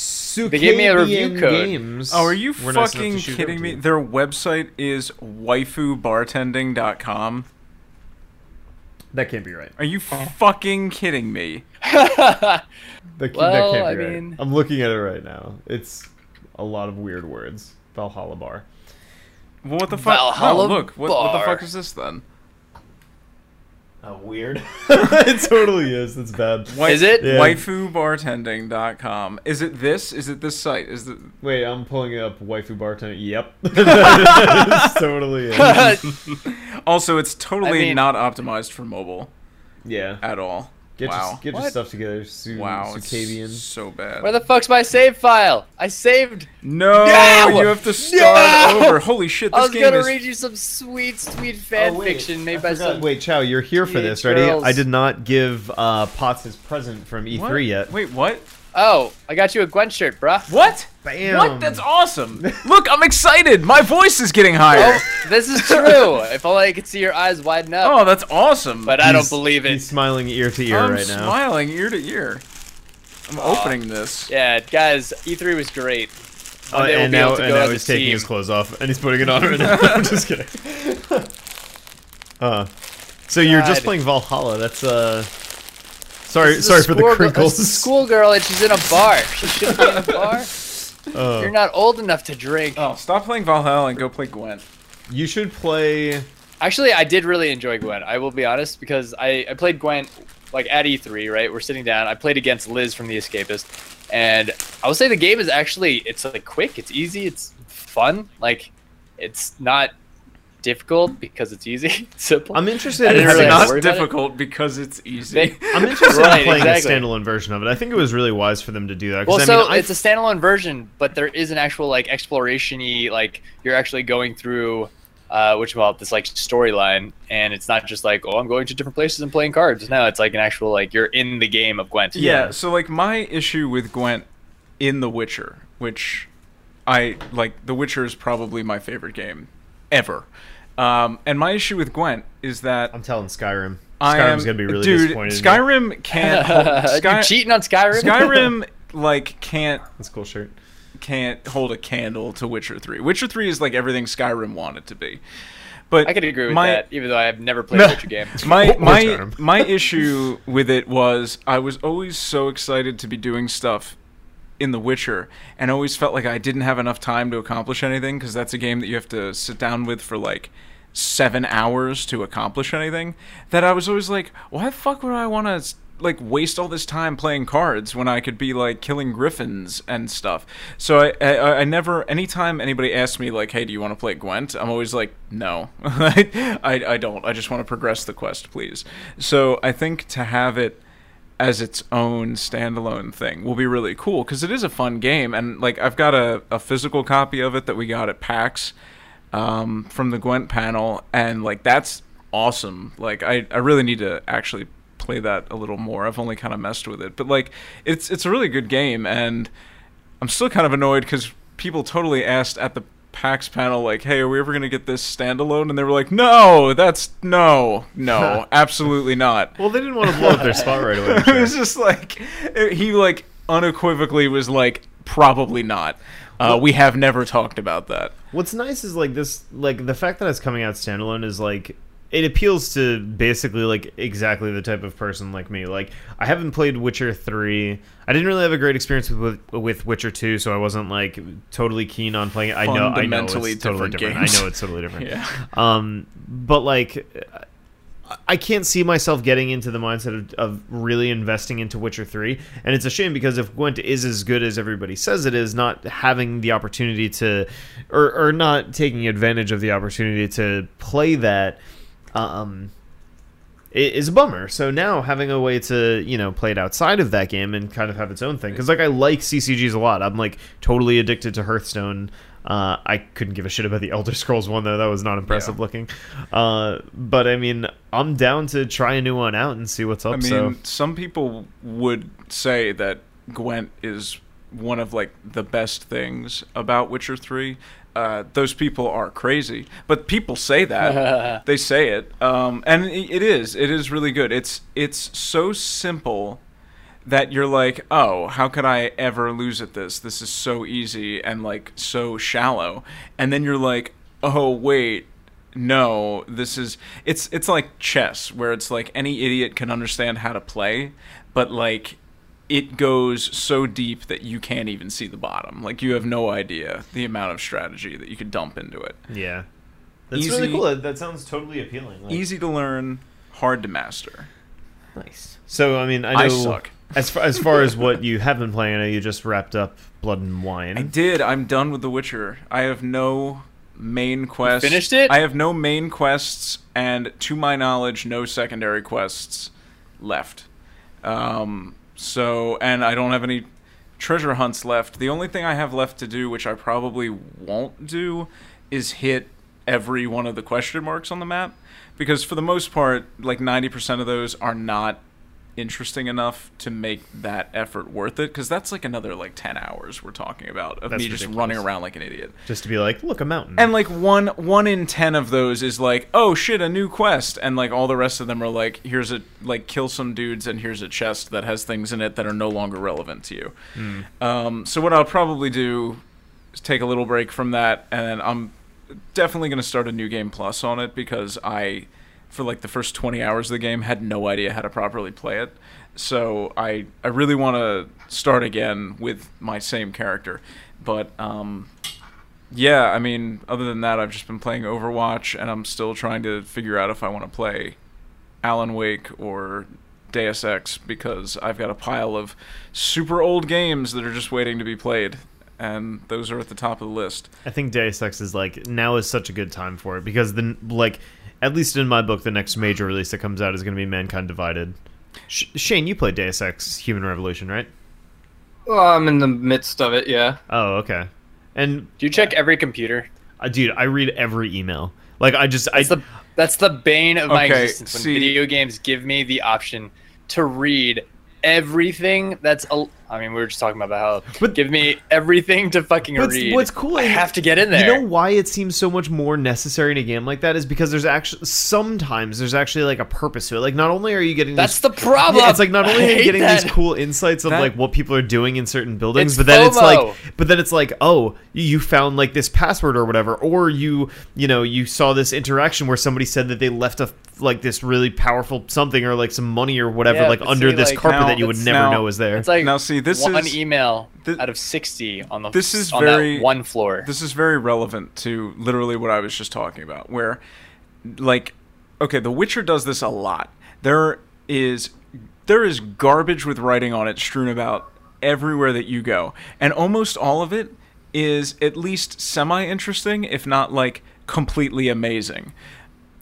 S1: they
S3: gave me a review code.
S1: Games
S2: Oh, are you
S1: were nice enough
S2: fucking
S1: to shoot over
S2: kidding
S1: to
S2: me?
S1: you.
S2: Their website is waifubartending.com.
S1: That can't be right.
S2: Are you fucking kidding me?
S1: That, ca-
S3: Well,
S1: that
S3: I
S1: can't be right.
S3: mean-
S1: I'm looking at it right now. It's a lot of weird words. Valhalla bar.
S2: Well, what the fuck?
S3: Valhalla
S2: oh, look, what, what the
S3: bar.
S2: fuck is this then?
S1: Oh, weird. it totally is. That's bad.
S2: Wai-
S3: Is it?
S1: Yeah.
S2: Waifubartending.com. Is it this? Is it this site? Is it
S1: Wait, I'm pulling up waifu bartender. Yep. that is totally is.
S2: Also, it's totally
S3: I mean-
S2: not optimized for mobile
S1: Yeah.
S2: at all.
S1: Get,
S2: wow.
S1: your, get your
S3: What?
S1: stuff together. Su-
S2: wow, it's
S1: Sucavian.
S2: so bad.
S3: Where the fuck's my save file? I saved.
S2: no,
S3: No!
S2: you have to start
S3: No!
S2: over. Holy shit,
S3: I
S2: this
S3: was
S2: game
S3: gonna
S2: is
S3: read you some sweet, sweet
S1: Oh,
S3: fan fiction made by some.
S1: Wait, Chow, you're here for
S3: teenage
S1: this, ready?
S3: girls.
S1: I did not give uh, Potts his present from E3
S2: What?
S1: yet.
S2: Wait, what?
S3: Oh, I got you a Gwen shirt, bruh.
S2: What?
S1: Bam.
S2: What? That's awesome. Look, I'm excited. My voice is getting higher.
S3: Oh, this is true. if only I could see your eyes widen up.
S2: Oh, that's awesome.
S3: but I don't
S1: He's-
S3: believe it.
S1: He's smiling ear to ear
S2: I'm
S1: right now.
S2: smiling ear to ear. I'm opening this.
S3: Yeah, guys, E3 was great.
S1: Oh,
S3: One day we'll
S1: and
S3: be
S1: now,
S3: able to
S1: and
S3: go
S1: now
S3: as a
S1: he's taking
S3: team.
S1: his clothes off, and he's putting it on right now. I'm just kidding. Uh, so you're just
S3: God.
S1: playing Valhalla. That's uh. Sorry,
S3: This is
S1: sorry
S3: a
S1: for the
S3: schoolgirl-
S1: crinkles.
S3: this is a schoolgirl, and she's in a bar. She shouldn't be in a bar.
S1: Uh,
S3: You're not old enough to drink.
S2: Oh, stop playing Valhalla and go play Gwent.
S1: you should play.
S3: Actually, I did really enjoy Gwen. I will be honest because I, I played Gwen like at E3, right? We're sitting down. I played against Liz from The Escapist, and I will say the game is actually it's like quick, it's easy, it's fun. Like it's not difficult because it's easy, it's simple.
S1: I'm interested
S3: I
S1: in
S3: didn't
S2: It's
S1: having
S3: realize-
S1: a
S3: to worry
S2: not
S3: about it.
S2: difficult because it's easy.
S1: I'm interested
S3: Right,
S1: in playing
S3: exactly.
S1: a standalone version of it. I think it was really wise for them to do that. 'cause
S3: well,
S1: I
S3: so
S1: mean, I-
S3: it's a standalone version, but there is an actual like exploration-y, like you're actually going through uh, which about this like storyline, and it's not just like oh I'm going to different places and playing cards. No, it's like an actual like you're in the game of Gwent.
S2: Yeah, so like my issue with Gwent in The Witcher, which I like The Witcher is probably my favorite game ever. Um, and my issue with Gwent is that
S1: I'm telling Skyrim.
S2: I am
S1: Skyrim's gonna be really
S2: dude,
S1: disappointed. in me.
S2: Skyrim can't
S1: uh,
S2: hold, Sky,
S3: you cheating on Skyrim?
S2: Skyrim like can't
S1: That's a cool shirt.
S2: can't hold a candle to Witcher 3. Witcher 3 is like everything Skyrim wanted to be. But
S3: I could agree with
S2: my,
S3: that, even though I have never played
S2: No.
S3: a Witcher game.
S2: my
S1: Or
S2: my
S1: Skyrim.
S2: my issue with it was I was always so excited to be doing stuff in The Witcher, and always felt like I didn't have enough time to accomplish anything because that's a game that you have to sit down with for like seven hours to accomplish anything. That I was always like, why the fuck would I want to like waste all this time playing cards when I could be like killing griffins and stuff? So I I, I never anytime anybody asks me like, hey, do you want to play Gwent? I'm always like, no, I I don't. I just want to progress the quest, please. So I think to have it as its own standalone thing will be really cool because it is a fun game and like i've got a, a physical copy of it that we got at pax um, from the gwent panel and like that's awesome like I, I really need to actually play that a little more i've only kind of messed with it but like it's it's a really good game and i'm still kind of annoyed because people totally asked at the pax panel like hey are we ever going to get this standalone and they were like no that's no no absolutely not
S1: Well, they didn't want to blow up their spot right away.
S2: it was just like it- he like unequivocally was like probably not. Uh, we have never talked about that.
S1: What's nice is like this, like the fact that it's coming out standalone is like it appeals to basically like exactly the type of person like me. Like I haven't played Witcher three. I didn't really have a great experience with with Witcher two, so I wasn't like totally keen on playing it. I know, I know, it's totally
S2: Fundamentally
S1: different.
S2: different
S1: I
S2: games.
S1: know it's totally different.
S2: Yeah.
S1: Um, but like. I- I can't see myself getting into the mindset of, of really investing into Witcher 3. And it's a shame because if Gwent is as good as everybody says it is, not having the opportunity to, or, or not taking advantage of the opportunity to play that, um, i- is a bummer. So now having a way to, you know, play it outside of that game and kind of have its own thing. Because, like, I like CCGs a lot. I'm, like, totally addicted to Hearthstone. Uh, I couldn't give a shit about the Elder Scrolls one, though. That was not impressive
S2: Yeah.
S1: looking. Uh, but, I mean, I'm down to try a new one out and see what's up.
S2: I mean,
S1: so.
S2: some people would say that Gwent is one of like the best things about Witcher Three. Uh, those people are crazy, but people say that they say it, um, and i it is. It is really good. It's it's so simple that you're like, oh, how could I ever lose at this? This is so easy and like so shallow. And then you're like, oh wait, no, this is it's it's like chess where it's like any idiot can understand how to play, but like it goes so deep that you can't even see the bottom. Like you have no idea the amount of strategy that you could dump into it.
S1: Yeah. That's
S2: Easy-
S1: really cool. That, that sounds totally appealing. Like,
S2: Easy to learn, hard to master.
S1: Nice. So, I mean, I know.
S2: I suck.
S1: As, far, as far as what you have been playing, I know you just wrapped up Blood and Wine.
S2: I did. I'm done with The Witcher. I have no main quest.
S3: finished it?
S2: I have no main quests, and to my knowledge, no secondary quests left. Um, so, and I don't have any treasure hunts left. The only thing I have left to do, which I probably won't do, is hit every one of the question marks on the map, because for the most part, like 90% of those are not interesting enough to make that effort worth it because that's like another like 10 hours we're talking about of
S1: That's
S2: me just
S1: ridiculous.
S2: running around like an idiot
S1: Just to be like, look, a mountain.
S2: and like one one in 10 of those is like oh shit a new quest and like all the rest of them are like here's a like kill some dudes and here's a chest that has things in it that are no longer relevant to you um, so what i'll probably do is take a little break from that and i'm definitely going to start a new game plus on it because i for like the first 20 hours of the game had no idea how to properly play it so i i really want to start again with my same character but um yeah, I mean, other than that, I've just been playing Overwatch, and I'm still trying to figure out if I want to play Alan Wake or Deus Ex because I've got a pile of super old games that are just waiting to be played, and those are at the top of the list.
S1: I think Deus Ex is like now is such a good time for it because then like at least in my book the next major release that comes out is going to be Mankind Divided. Sh- Shane, you played Deus Ex Human Revolution, right?
S4: Well, I'm in the midst of it. Yeah.
S1: Oh, okay. And
S3: Do you check every computer?
S1: uh, dude, I read every email. Like I just I
S3: That's the that's the bane of my
S2: Okay,
S3: existence. When
S2: see-
S3: video games give me the option to read everything that's al- I mean, we were just talking about how
S1: But-
S3: give me everything to fucking
S1: What's-
S3: read.
S1: what's cool
S3: I
S1: is-
S3: have to get in
S1: You
S3: there.
S1: know why it seems so much more necessary in a game like that is because there's actually sometimes there's actually like a purpose to it. Like not only are you getting
S3: that's
S1: these-
S3: the problem.
S1: Yeah, it's like not only
S3: I
S1: are you
S3: hate
S1: getting
S3: that.
S1: these cool insights of
S2: That-
S1: like what people are doing in certain buildings,
S3: It's
S1: but then it's
S3: FOMO.
S1: like, but then it's like, oh, you- you found like this password or whatever, or you, you know, you saw this interaction where somebody said that they left a like this really powerful something or like some money or whatever,
S3: Yeah,
S1: like
S3: but
S1: under
S3: see,
S1: this
S3: like,
S1: carpet
S2: now-
S1: that you would
S2: it's
S1: never
S2: now-
S1: know was there.
S3: It's like
S2: Now, see, this
S3: one
S2: is-
S3: email
S2: thi-
S3: out of sixty on the
S2: this is
S3: on that
S2: very-
S3: one floor.
S2: This is very relevant to literally what I was just talking about, where, like, okay, The Witcher does this a lot. There is there is garbage with writing on it strewn about everywhere that you go, and almost all of it is at least semi interesting, if not like completely amazing.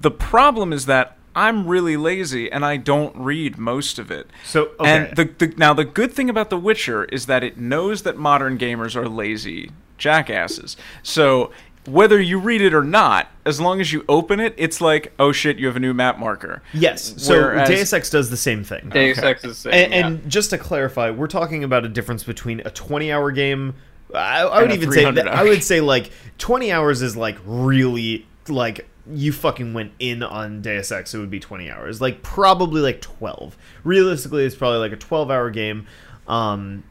S2: The problem is that I'm really lazy and I don't read most of it.
S1: So, okay.
S2: and the the, now the good thing about The Witcher is that it knows that modern gamers are lazy jackasses. So whether you read it or not, as long as you open it, it's like, oh shit, you have a new map marker.
S1: yes, so
S2: Whereas-
S1: Deus Ex does the same thing.
S4: Deus Ex is the same,
S1: and,
S4: yeah.
S1: and just to clarify, we're talking about a difference between a 20 hour game. I, I would
S2: a
S1: even say
S2: 300
S1: that I
S2: hour.
S1: would say like 20 hours is like really like you fucking went in on Deus Ex. It would be 20 hours, like probably like 12. Realistically, it's probably like a 12 hour game. Um,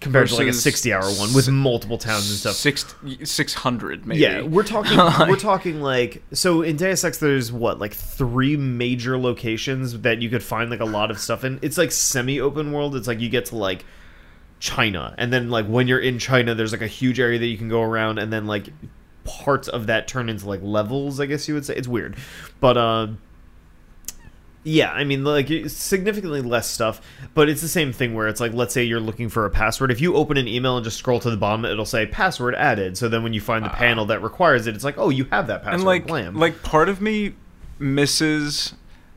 S1: compared to like a
S2: Versus
S1: 60 hour one with multiple towns and stuff.
S2: Six six hundred maybe.
S1: Yeah, we're talking we're talking like so in Deus Ex there's what like three major locations that you could find like a lot of stuff in. It's like semi open world. It's like you get to like China and then like when you're in China there's like a huge area that you can go around and then like parts of that turn into like levels, I guess you would say. It's weird. But uh yeah, I mean, like it's significantly less stuff, but it's the same thing where it's like, let's say you're looking for a password. If you open an email and just scroll to the bottom, it'll say password added. So then when you find the panel that requires it, it's like, oh, you have that password.
S2: Ah. and like
S1: blam.
S2: like part of me misses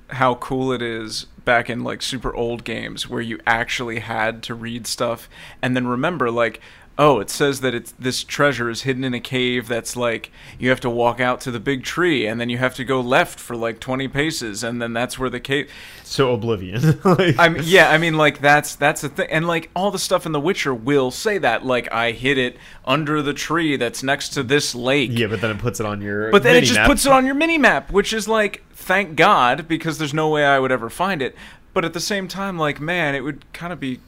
S2: how cool it is back in like super old games where you actually had to read stuff and then remember like oh it says that it's this treasure is hidden in a cave that's like you have to walk out to the big tree and then you have to go left for like 20 paces and then that's where the cave
S1: so oblivion. like,
S2: I mean, yeah, I mean, like that's that's the thing, and like all the stuff in The Witcher will say that, like I hid it under the tree that's next to this lake.
S1: yeah, but then it puts it on your.
S2: But then it just
S1: mini-map.
S2: puts it on your mini map, which is like, thank God, because there's no way I would ever find it. But at the same time, like, man, it would kind of be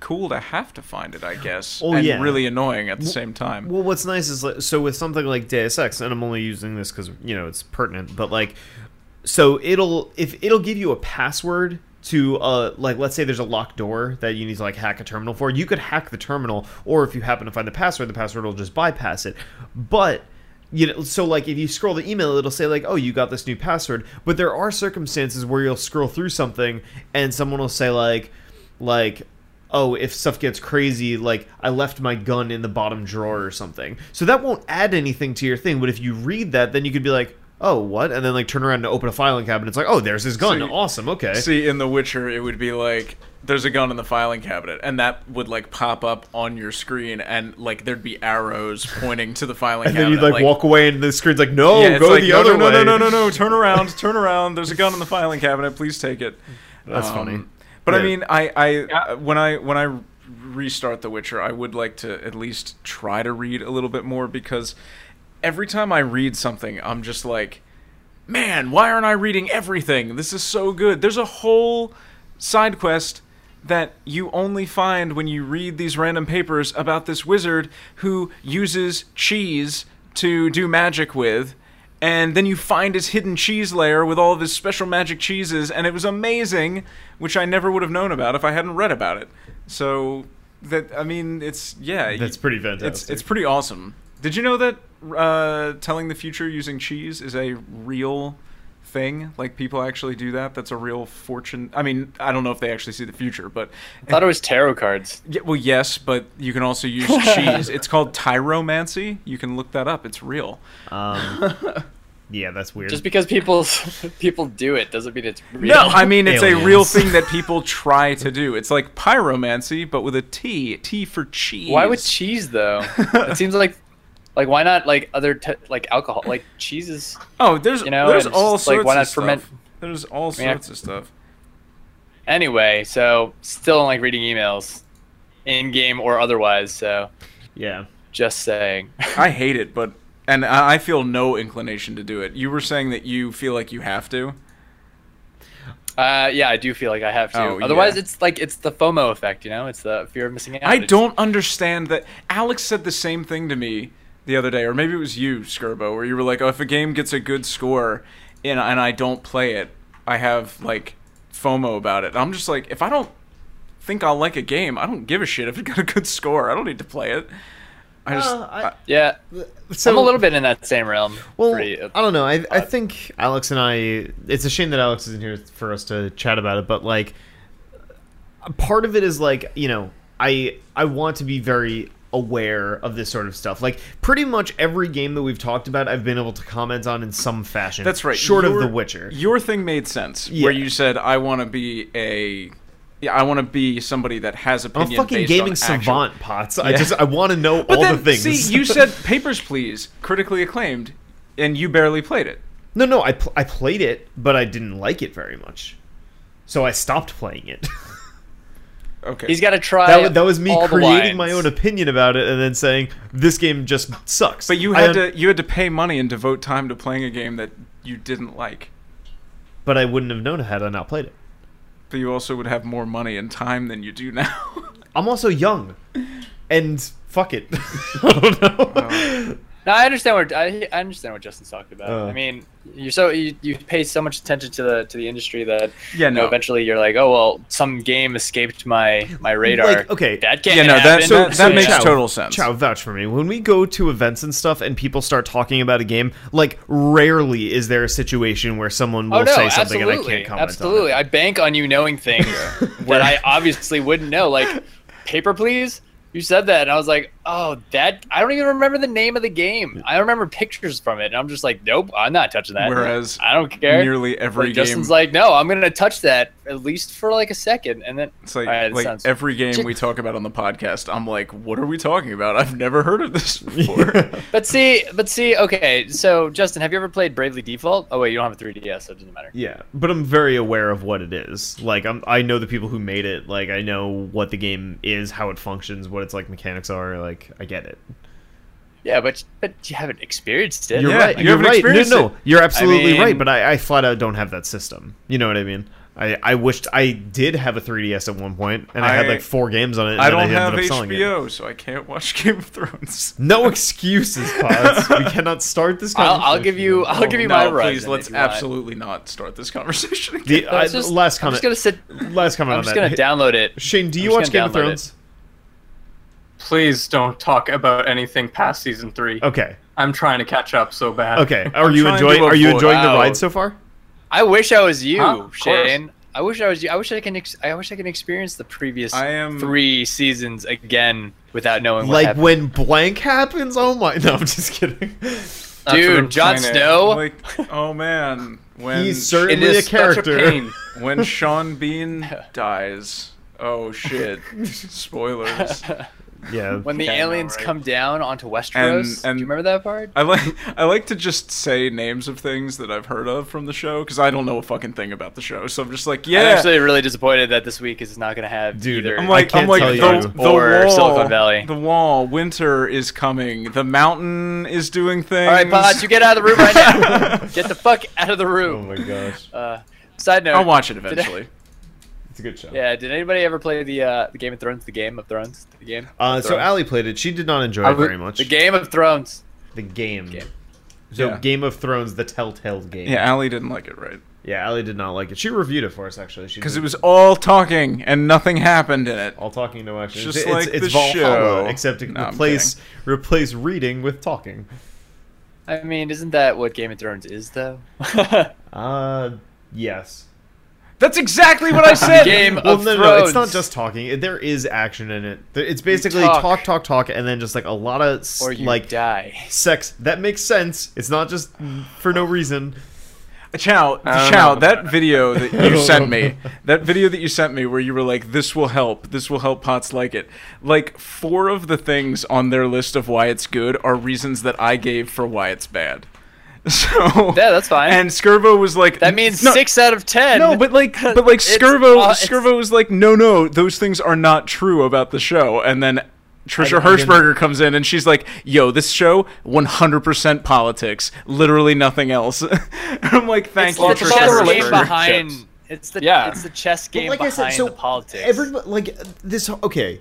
S2: cool to have to find it, I guess,
S1: Oh,
S2: and
S1: yeah.
S2: really annoying at the
S1: W-
S2: same time.
S1: Well, what's nice is like, so with something like Deus Ex, and I'm only using this because you know it's pertinent, but like, so it'll if it'll give you a password to uh like let's say there's a locked door that you need to like hack a terminal for, you could hack the terminal, or if you happen to find the password, the password will just bypass it, but. You know, so like if you scroll the email, it'll say like, "Oh, you got this new password." But there are circumstances where you'll scroll through something, and someone will say like, "Like, oh, if stuff gets crazy, like I left my gun in the bottom drawer or something. So that won't add anything to your thing. But if you read that, then you could be like, oh, what? And then like turn around and open a filing cabinet. It's like, oh, there's his gun.
S2: See-
S1: awesome. Okay.
S2: See, in The Witcher, it would be like there's a gun in the filing cabinet, and that would like pop up on your screen, and like there'd be arrows pointing to the filing
S1: and then
S2: cabinet.
S1: you'd like, walk away, and the screen's like, no,
S2: yeah, it's
S1: Oh, go
S2: like,
S1: the
S2: no,
S1: other
S2: no,
S1: way.
S2: No, no, no, no, no! Turn around, turn around. There's a gun in the filing cabinet. Please take it. Um,
S1: That's funny.
S2: But I
S1: Yeah.
S2: mean, I, I uh,
S4: Yeah.
S2: when I when I restart The Witcher, I would like to at least try to read a little bit more because every time I read something, I'm just like, man, why aren't I reading everything? This is so good. There's a whole side quest that you only find when you read these random papers about this wizard who uses cheese to do magic with. And then you find his hidden cheese layer with all of his special magic cheeses, and it was amazing, which I never would have known about if I hadn't read about it. So that I mean, it's yeah, you-
S1: That's pretty
S2: it's
S1: fantastic.
S2: it's pretty awesome. Did you know that uh, telling the future using cheese is a real thing? Like people actually do that. That's a real fortune. I mean, I don't know if they actually see the future, but
S3: I thought it was tarot cards.
S2: yeah, well, yes, but you can also use cheese. It's called tyromancy. You can look that up. It's real.
S1: um, yeah, that's weird.
S3: Just because people people do it doesn't mean it's real.
S2: No, I mean it's a real
S1: Aliens.
S2: thing that people try to do. It's like pyromancy, but with a T. T for cheese.
S3: Why would cheese though? it seems like like why not like other te- like alcohol like cheese is
S2: Oh, there's
S3: you know,
S2: there's
S3: it's
S2: all
S3: just like,
S2: sorts
S3: why
S2: of
S3: not
S2: stuff.
S3: ferment-
S2: There's all
S3: mean, I-
S2: sorts of stuff.
S3: anyway. So still don't like reading emails, in game or otherwise. So
S1: yeah.
S3: just saying.
S2: I hate it, but and I I feel no inclination to do it. You were saying that you feel like you have to.
S3: Uh, yeah, I do feel like I have to.
S2: Oh,
S3: Otherwise,
S2: yeah.
S3: it's like it's the FOMO effect, you know? It's the fear of missing out.
S2: I
S3: It's-
S2: don't understand that. Alex said the same thing to me the other day, or maybe it was you, Skirbo, where you were like, "Oh, if a game gets a good score and and I don't play it, I have like FOMO about it." And I'm just like, if I don't think I'll like a game, I don't give a shit if it got a good score. I don't need to play it. I just
S1: Uh, I-
S2: I-
S3: Yeah,
S1: So
S3: I'm a little bit in that same realm.
S1: Well,
S3: pretty-
S2: uh,
S3: uh,
S1: I don't know. I, I think Alex and I. It's a shame that Alex isn't here for us to chat about it, but like, part of it is like you know, I I want to be very aware of this sort of stuff. Like, pretty much every game that we've talked about, I've been able to comment on in some fashion.
S2: That's right.
S1: Short of
S2: Your-
S1: The Witcher.
S2: Your thing made sense.
S1: Yeah.
S2: Where you said, "I want to be a, yeah, I want to be somebody that has
S1: I'm
S2: opinion."
S1: a fucking
S2: based
S1: gaming
S2: on action."
S1: savant, Pots. I
S2: Yeah.
S1: just I want to know
S2: But
S1: all
S2: then,
S1: the things.
S2: see, you said Papers, Please, critically acclaimed, and you barely played it.
S1: no, no. I pl- I played it, but I didn't like it very much, so I stopped playing it.
S2: Okay.
S3: He's got to try.
S1: that, wa- that was me
S3: all the
S1: creating my own
S3: wines.
S1: opinion about it and then saying this game just sucks.
S2: but you
S1: I
S2: had
S1: un-
S2: to you had to pay money and devote time to playing a game that you didn't like.
S1: But I wouldn't have known had I not played it.
S2: But you also would have more money and time than you do now.
S1: I'm also young, and fuck it. I don't know.
S2: Wow.
S3: No, I understand what I, I understand what Justin's talking about.
S1: Uh.
S3: I mean, you're so you, you pay so much attention to the to the industry that
S2: yeah,
S3: you know,
S2: no.
S3: eventually you're like, oh well, some game escaped my my radar.
S1: Like, okay.
S3: that can't
S2: yeah, no. That
S3: happen.
S2: that, that
S1: so
S2: makes
S1: Chow-
S2: total sense.
S1: Chow, vouch for me. When we go to events and stuff, and people start talking about a game, like rarely is there a situation where someone will
S3: Oh no!
S1: say something and
S3: absolutely,
S1: I can't comment
S3: absolutely.
S1: on
S3: I bank on you knowing things that I obviously wouldn't know. Like, paper, please. You said that, and I was like, "Oh, that." I don't even remember the name of the game. I remember pictures from it, and I'm just like, "Nope, I'm not touching that."
S2: Whereas
S3: I don't care.
S2: Nearly every
S3: Like,
S2: game,
S3: Justin's like, "No, I'm gonna touch that at least for like a second, and then."
S2: It's like,
S3: All right, that
S2: like
S3: sounds-
S2: every game we talk about on the podcast, I'm like, what are we talking about? I've never heard of this before.
S1: it.
S3: But see, but see, okay. So, Justin, have you ever played Bravely Default? Oh wait, you don't have a 3DS, so it doesn't matter.
S1: Yeah, but I'm very aware of what it is. Like I'm, I know the people who made it. Like I know what the game is, how it functions, what its like mechanics are. Like I get it.
S3: Yeah, but but you haven't experienced it.
S1: You're
S2: Yeah,
S1: right.
S2: you
S1: You are
S2: haven't
S1: right. No,
S2: experienced
S1: no,
S2: it.
S1: you're absolutely
S3: I mean-
S1: right. But I, I flat out don't have that system. You know what I mean? I, I wished I did have a 3DS at one point, and I, had
S2: I-
S1: like four games on it. And
S2: I
S1: then
S2: don't
S1: ended
S2: have
S1: up selling it.
S2: HBO, so I can't watch Game of Thrones.
S1: No excuses, pods. we cannot start this.
S3: I'll, I'll
S1: conversation.
S3: give you. I'll give you
S2: Oh, no,
S3: my rush.
S2: please. Let's absolutely not start this conversation again.
S1: The I,
S3: Let's just-
S1: last
S3: I'm
S1: comment.
S3: just gonna sit.
S1: Last comment
S3: I'm
S1: on
S3: just
S1: that.
S3: gonna download it.
S1: Shane, do
S3: I'm
S1: you
S3: just
S1: watch Game
S3: gonna
S1: of
S3: download
S1: Thrones?
S4: Please don't talk about anything past season three.
S1: Okay.
S4: I'm trying to catch up so bad.
S1: Okay. Are you
S2: trying to
S1: enjoying? Are you
S2: avoid-
S1: enjoying the
S3: Wow.
S1: ride so far?
S3: I wish I was you,
S4: Huh, of course.
S3: Shane. I wish I was you. I wish I can. Ex- I wish I can experience the previous
S2: I am-
S3: three seasons again without knowing what
S1: like
S3: happened.
S1: when blank happens? Oh my! No, I'm just kidding.
S4: That's what I'm
S3: Dude, Jon
S4: trying to-
S3: Snow.
S2: Like, oh man, when
S1: He's certainly
S3: It is
S1: a
S3: such a
S1: character.
S4: Pain.
S2: when Sean Bean dies. Oh shit! Spoilers.
S1: yeah.
S3: when the
S4: Yeah, I know,
S3: aliens
S4: right?
S3: come down onto
S2: and-
S3: Westeros.
S2: Uh,
S3: Do you remember that part?
S2: I like I like to just say names of things that I've heard of from the show because I don't know a fucking thing about the show. So I'm just like, yeah.
S3: I'm actually really disappointed that this week is not going to have
S1: Dude,
S3: either.
S2: I'm like
S1: I can't
S2: I'm like
S1: tell
S2: the,
S1: you.
S2: the
S3: Or
S2: wall,
S3: Silicon Valley.
S2: The wall. Winter is coming. The mountain is doing things.
S3: All right, Pods, you get out of the room right now. get the fuck out of the
S1: Oh
S3: room.
S1: my gosh,
S3: Uh, side note.
S2: I'll watch it
S3: I-
S2: eventually.
S1: it's a good show.
S3: Yeah, did anybody ever play the uh, the Game of Thrones? The Game of Thrones? The game?
S1: Uh, so
S3: Thrones.
S1: Allie played it. She did not enjoy
S4: I
S1: it
S4: would-
S1: very much.
S3: The Game of Thrones.
S1: The game.
S3: Game.
S1: So
S2: Yeah.
S1: Game of Thrones, the Telltale game.
S2: Yeah, Allie didn't like it, right?
S1: Yeah, Allie did not like it. She reviewed it for us actually. She
S2: Because
S1: did.
S2: it was all talking and nothing happened in it.
S1: all talking no action.
S2: Just
S1: it's, it's-
S2: like
S1: it's
S2: the
S1: Valhalla,
S2: show.
S1: except it
S2: No, I'm
S1: replace replace reading with talking.
S3: I mean, isn't that what Game of Thrones is, though? the
S1: Uh, yes.
S2: That's exactly what I said.
S3: Game
S1: Well,
S3: of
S1: no,
S3: Thrones.
S1: no, it's not just talking. It- There is action in it. There- It's basically talk.
S3: talk.
S1: talk, talk, and then just like a lot of s-
S3: or you
S1: like
S3: die.
S1: sex that makes sense. It's not just for no reason.
S2: Chow,
S4: I don't
S2: Chow,
S4: know.
S2: that video that you sent me, that video that you sent me where you were like, this will help, this will help Pots like it. Like, four of the things on their list of why it's good are reasons that I gave for why it's bad. So.
S3: Yeah, that's fine.
S2: And Skirvo was like.
S3: that means
S2: "No,
S3: six out of ten.
S2: No, but like, but like
S3: It's-
S2: Skirvo,
S3: uh, it's-
S2: Skirvo was like, no, no, those things are not true about the show. And then Trisha
S1: I didn't-
S2: Hirschberger comes in and she's like, yo, this show, 100% politics, literally nothing else. And I'm like, thank
S3: it's
S2: you,
S3: the
S4: Ultra Shadow
S3: chess
S2: Trisha
S3: game
S4: Warrior.
S2: Hirschberger.
S3: behind.
S4: Chips.
S3: It's the
S4: Yeah.
S3: it's the chess game
S1: like I
S3: behind
S1: said, so
S3: the politics.
S1: Everybody, like this. Okay,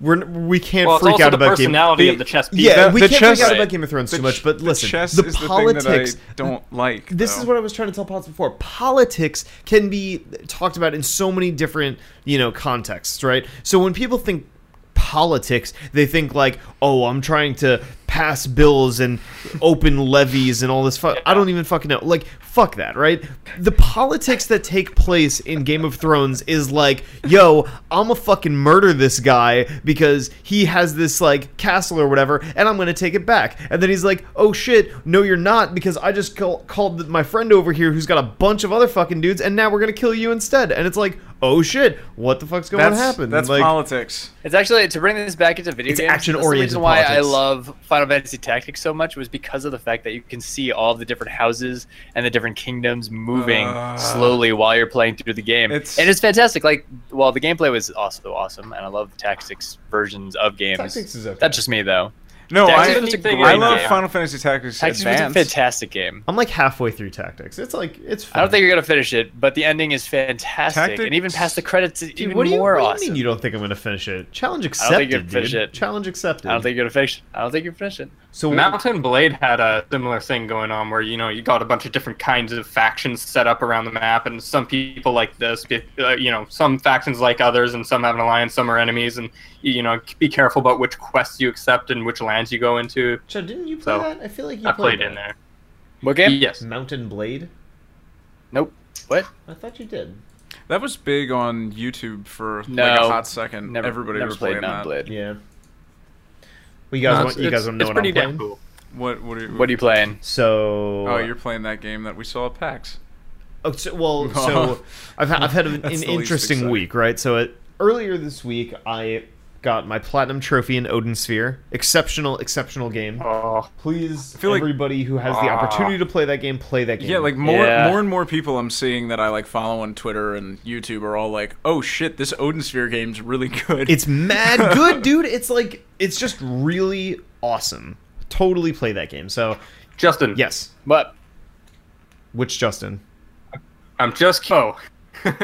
S1: we're we can't
S4: Well, it's
S1: freak
S4: also
S1: out
S4: the
S1: about game.
S4: personality
S2: the-
S4: of the chess piece.
S1: Yeah,
S2: The-
S1: we
S2: the
S1: can't
S2: chess-
S1: freak out about
S2: Right.
S1: Game of Thrones too
S2: The
S1: much.
S2: ch-
S1: But
S2: the
S1: listen,
S2: chess
S1: the
S2: is the
S1: politics.
S2: thing that I don't like.
S1: this
S2: though.
S1: is what I was trying to tell Potts before. Politics can be talked about in so many different, you know, contexts, right? So when people think politics, they think like, "Oh, I'm trying to pass bills and open levies and all this fu I don't even fucking know. Like, fuck that, right? The politics that take place in Game of Thrones is like, "Yo, I'm gonna fucking murder this guy because he has this like castle or whatever, and I'm gonna take it back." And then he's like, "Oh shit, no, you're not, because I just call- called my friend over here who's got a bunch of other fucking dudes, and now we're gonna kill you instead." And it's like, "Oh shit, what the fuck's going to
S2: that's,
S1: happen?"
S2: That's
S1: like,
S2: politics.
S3: It's actually to bring this back into video
S1: It's
S3: games.
S1: action-oriented
S3: That's the reason why I
S1: politics.
S3: love Final Fantasy Tactics so much was because of the fact that you can see all the different houses and the different kingdoms moving
S1: Uh,
S2: Ah.
S3: slowly while you're playing through the game.
S2: It's-
S3: and it's fantastic. Like, well, the gameplay was also awesome, and I love the tactics versions of games.
S1: Tactics is okay.
S3: That's just me though.
S2: No,
S3: Tactics
S2: I,
S3: was a
S2: I
S3: great
S2: love
S3: game.
S2: Final Fantasy Tactics
S3: Tactics was a
S2: Advance.
S3: fantastic game.
S1: I'm like halfway through tactics. It's like it's. Fun.
S3: I don't think you're gonna finish it, but the ending is fantastic, and even
S2: Tactics-
S3: past the credits, it's
S1: Dude,
S3: even
S1: what do you,
S3: more
S1: what do you
S3: awesome.
S1: mean you don't think I'm going to finish it? Challenge accepted.
S3: think you're gonna finish
S1: dude.
S3: it.
S1: Challenge accepted.
S3: I don't think you're gonna finish. I don't think you're finish it.
S1: so.
S4: Mountain Blade had a similar thing going on where you know you got a bunch of different kinds of factions set up around the map, and some people like this, uh, you know, some factions like others, and some have an alliance, some are enemies, and you know, be careful about which quests you accept and which lands you go into.
S1: Chad, didn't you play
S4: So,
S1: that? I feel like you
S4: I played
S1: that.
S4: in there.
S3: What game?
S4: Yes,
S1: Mountain Blade.
S3: Nope. What?
S1: I thought you did.
S2: That was big on YouTube for like a
S3: No.
S2: hot second.
S3: Never.
S2: Everybody
S3: never
S2: was
S3: played
S2: playing that.
S3: Mountain Blade.
S1: Yeah. Well, you guys,
S4: No,
S1: want,
S4: it's-
S1: you guys want
S4: it's-
S1: to know what
S4: it's
S1: I'm
S4: pretty damn
S1: playing?
S4: cool.
S2: What? What are you?
S3: What are you playing?
S1: So.
S2: Oh, you're playing that game that we saw at PAX.
S1: Oh, so- well, so I've, ha- I've had an,
S2: That's
S1: an
S2: the least
S1: interesting
S2: exciting.
S1: week, right? So it, earlier this week, I got my platinum trophy in Odin Sphere. Exceptional, exceptional game.
S4: Oh,
S1: Please,
S2: feel like-
S1: everybody who has the
S4: Ah.
S1: opportunity to play that game, play that game.
S2: Yeah, like more
S3: Yeah.
S2: more and more people I'm seeing that I like follow on Twitter and YouTube are all like, "Oh shit, this Odin Sphere game's really good."
S1: It's mad good, dude. It's like it's just really awesome. Totally play that game. So
S4: Justin.
S1: yes,
S3: What?
S1: which Justin?
S4: I'm just. Oh,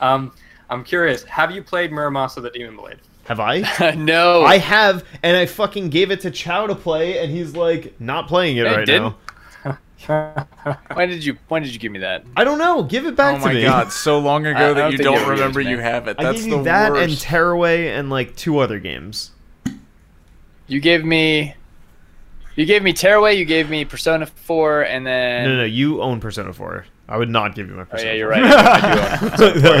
S4: um, I'm curious. Have you played Muramasa the Demon Blade?
S1: Have I?
S3: no,
S1: I have, and I fucking gave it to Chow to play, and he's like, not playing it
S3: Yeah, he
S1: right
S3: did.
S1: now.
S3: when did you when did you give me that?
S1: I don't know. Give it back
S2: Oh
S1: to
S2: my
S1: me.
S2: god, so long ago
S3: I- I
S2: that
S3: don't
S2: you
S3: think
S2: don't
S3: it really
S2: remember
S3: is,
S2: you
S3: man.
S2: have it.
S1: I
S2: That's
S1: gave
S2: the
S1: you that
S2: worst.
S1: and Tearaway and like two other games.
S3: You gave me you gave me Tearaway, you gave me Persona 4 and then
S1: No, no, no, you own Persona 4. I would not give you my
S3: Oh
S1: Persona.
S3: yeah, you're
S1: 4.
S3: right.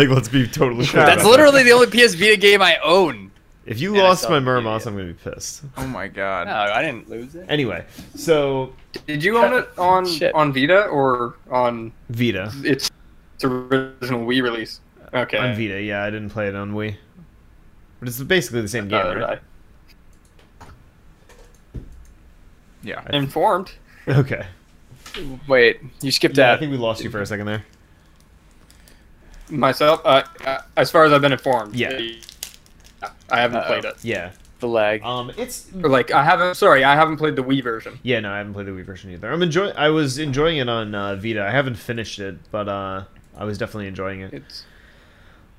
S1: like, let's be totally clear.
S2: That's
S1: about
S3: That's
S1: that.
S3: literally the only PS Vita game I own.
S1: If you
S3: And I
S1: lost
S3: saw
S1: my
S3: the
S1: Muramos,
S3: video.
S1: I'm gonna be pissed.
S2: Oh my god.
S3: No, I didn't lose it.
S1: Anyway, so
S4: Did you own it on
S3: Shit.
S4: on Vita or on
S1: Vita.
S4: its, its original Wii release? Okay.
S1: On Vita, yeah, I didn't play it on Wii. But it's basically the
S3: Oh,
S1: same game,
S4: Uh,
S1: right?
S2: Yeah.
S4: I- informed.
S1: Okay.
S3: Wait, you skipped
S1: Yeah, I
S3: out.
S1: think we lost you for a second there.
S4: myself uh, uh, as far as i've been informed
S1: Yeah.
S4: i haven't
S3: Uh-oh.
S4: played it
S1: Yeah.
S3: the lag.
S1: Um, it's
S4: Or, like i haven't sorry i haven't played the wii version
S1: yeah. No, I haven't played the Wii version either. I'm enjoying. I was enjoying it on uh, Vita. I haven't finished it, but uh, I was definitely enjoying it.
S4: it's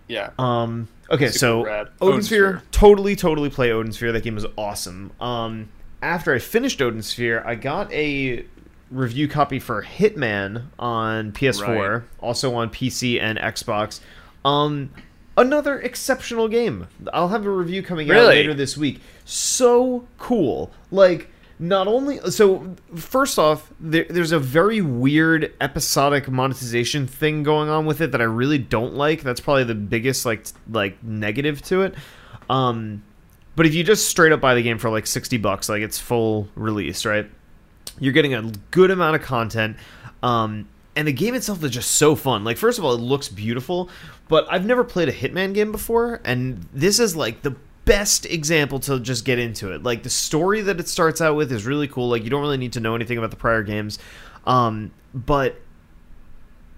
S4: yeah
S1: Um. Okay,
S4: Super
S1: so
S4: rad.
S1: Odin
S2: Odin
S1: Sphere,
S2: Sphere.
S1: totally, totally play Odin Sphere. That game was awesome. Um, after I finished Odin Sphere, I got a review copy for Hitman on PS4,
S2: Right.
S1: also on PC and Xbox. Um, another exceptional game. I'll have a review coming out
S3: Really?
S1: later this week. So cool. Like not only so first off there, there's a very weird episodic monetization thing going on with it that i really don't like that's probably the biggest like t- like negative to it um but if you just straight up buy the game for like 60 bucks like it's full release right you're getting a good amount of content um, and the game itself is just so fun like first of all it looks beautiful but i've never played a hitman game before and this is like the best example to just get into it like the story that it starts out with is really cool like you don't really need to know anything about the prior games um, but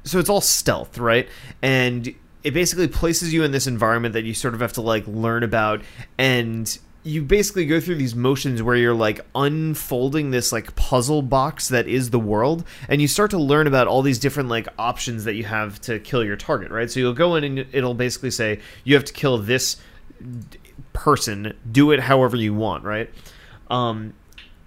S1: so it's all stealth, right? And it basically places you in this environment that you sort of have to like learn about and you basically go through these motions where you're like unfolding this like puzzle box that is the world and you start to learn about all these different like options that you have to kill your target, right? So you'll go in and it'll basically say you have to kill this d- person, do it however you want, right? Um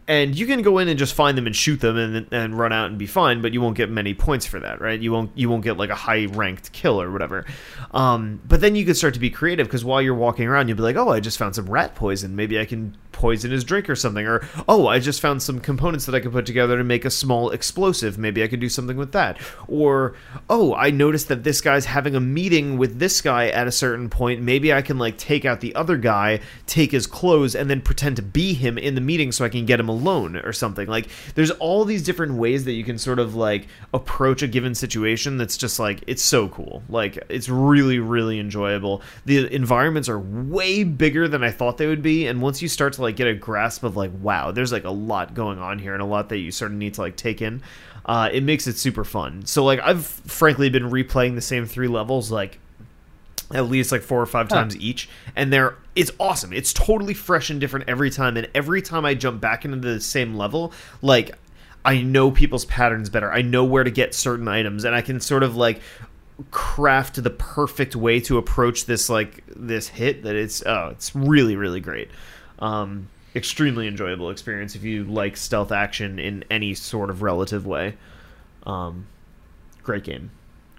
S1: and you can go in and just find them and shoot them and and run out and be fine, but you won't get many points for that, right? You won't you won't get like a high ranked kill or whatever. Um, but then you can start to be creative because while you're walking around, you'll be like, oh, I just found some rat poison. Maybe I can poison his drink or something. Or oh, I just found some components that I can put together to make a small explosive. Maybe I could do something with that. Or oh, I noticed that this guy's having a meeting with this guy at a certain point. Maybe I can like take out the other guy, take his clothes, and then pretend to be him in the meeting so I can get him alone or something. Like there's all these different ways that you can sort of like approach a given situation that's just like it's so cool. Like it's really really enjoyable. The environments are way bigger than I thought they would be and once you start to like get a grasp of like wow, there's like a lot going on here and a lot that you sort of need to like take in. Uh, it makes it super fun. So like I've frankly been replaying the same three levels like at least like four or five times each and they're it's awesome it's totally fresh and different every time and every time i jump back into the same level like i know people's patterns better i know where to get certain items and i can sort of like craft the perfect way to approach this like this hit that it's oh it's really really great um extremely enjoyable experience if you like stealth action in any sort of relative way um great game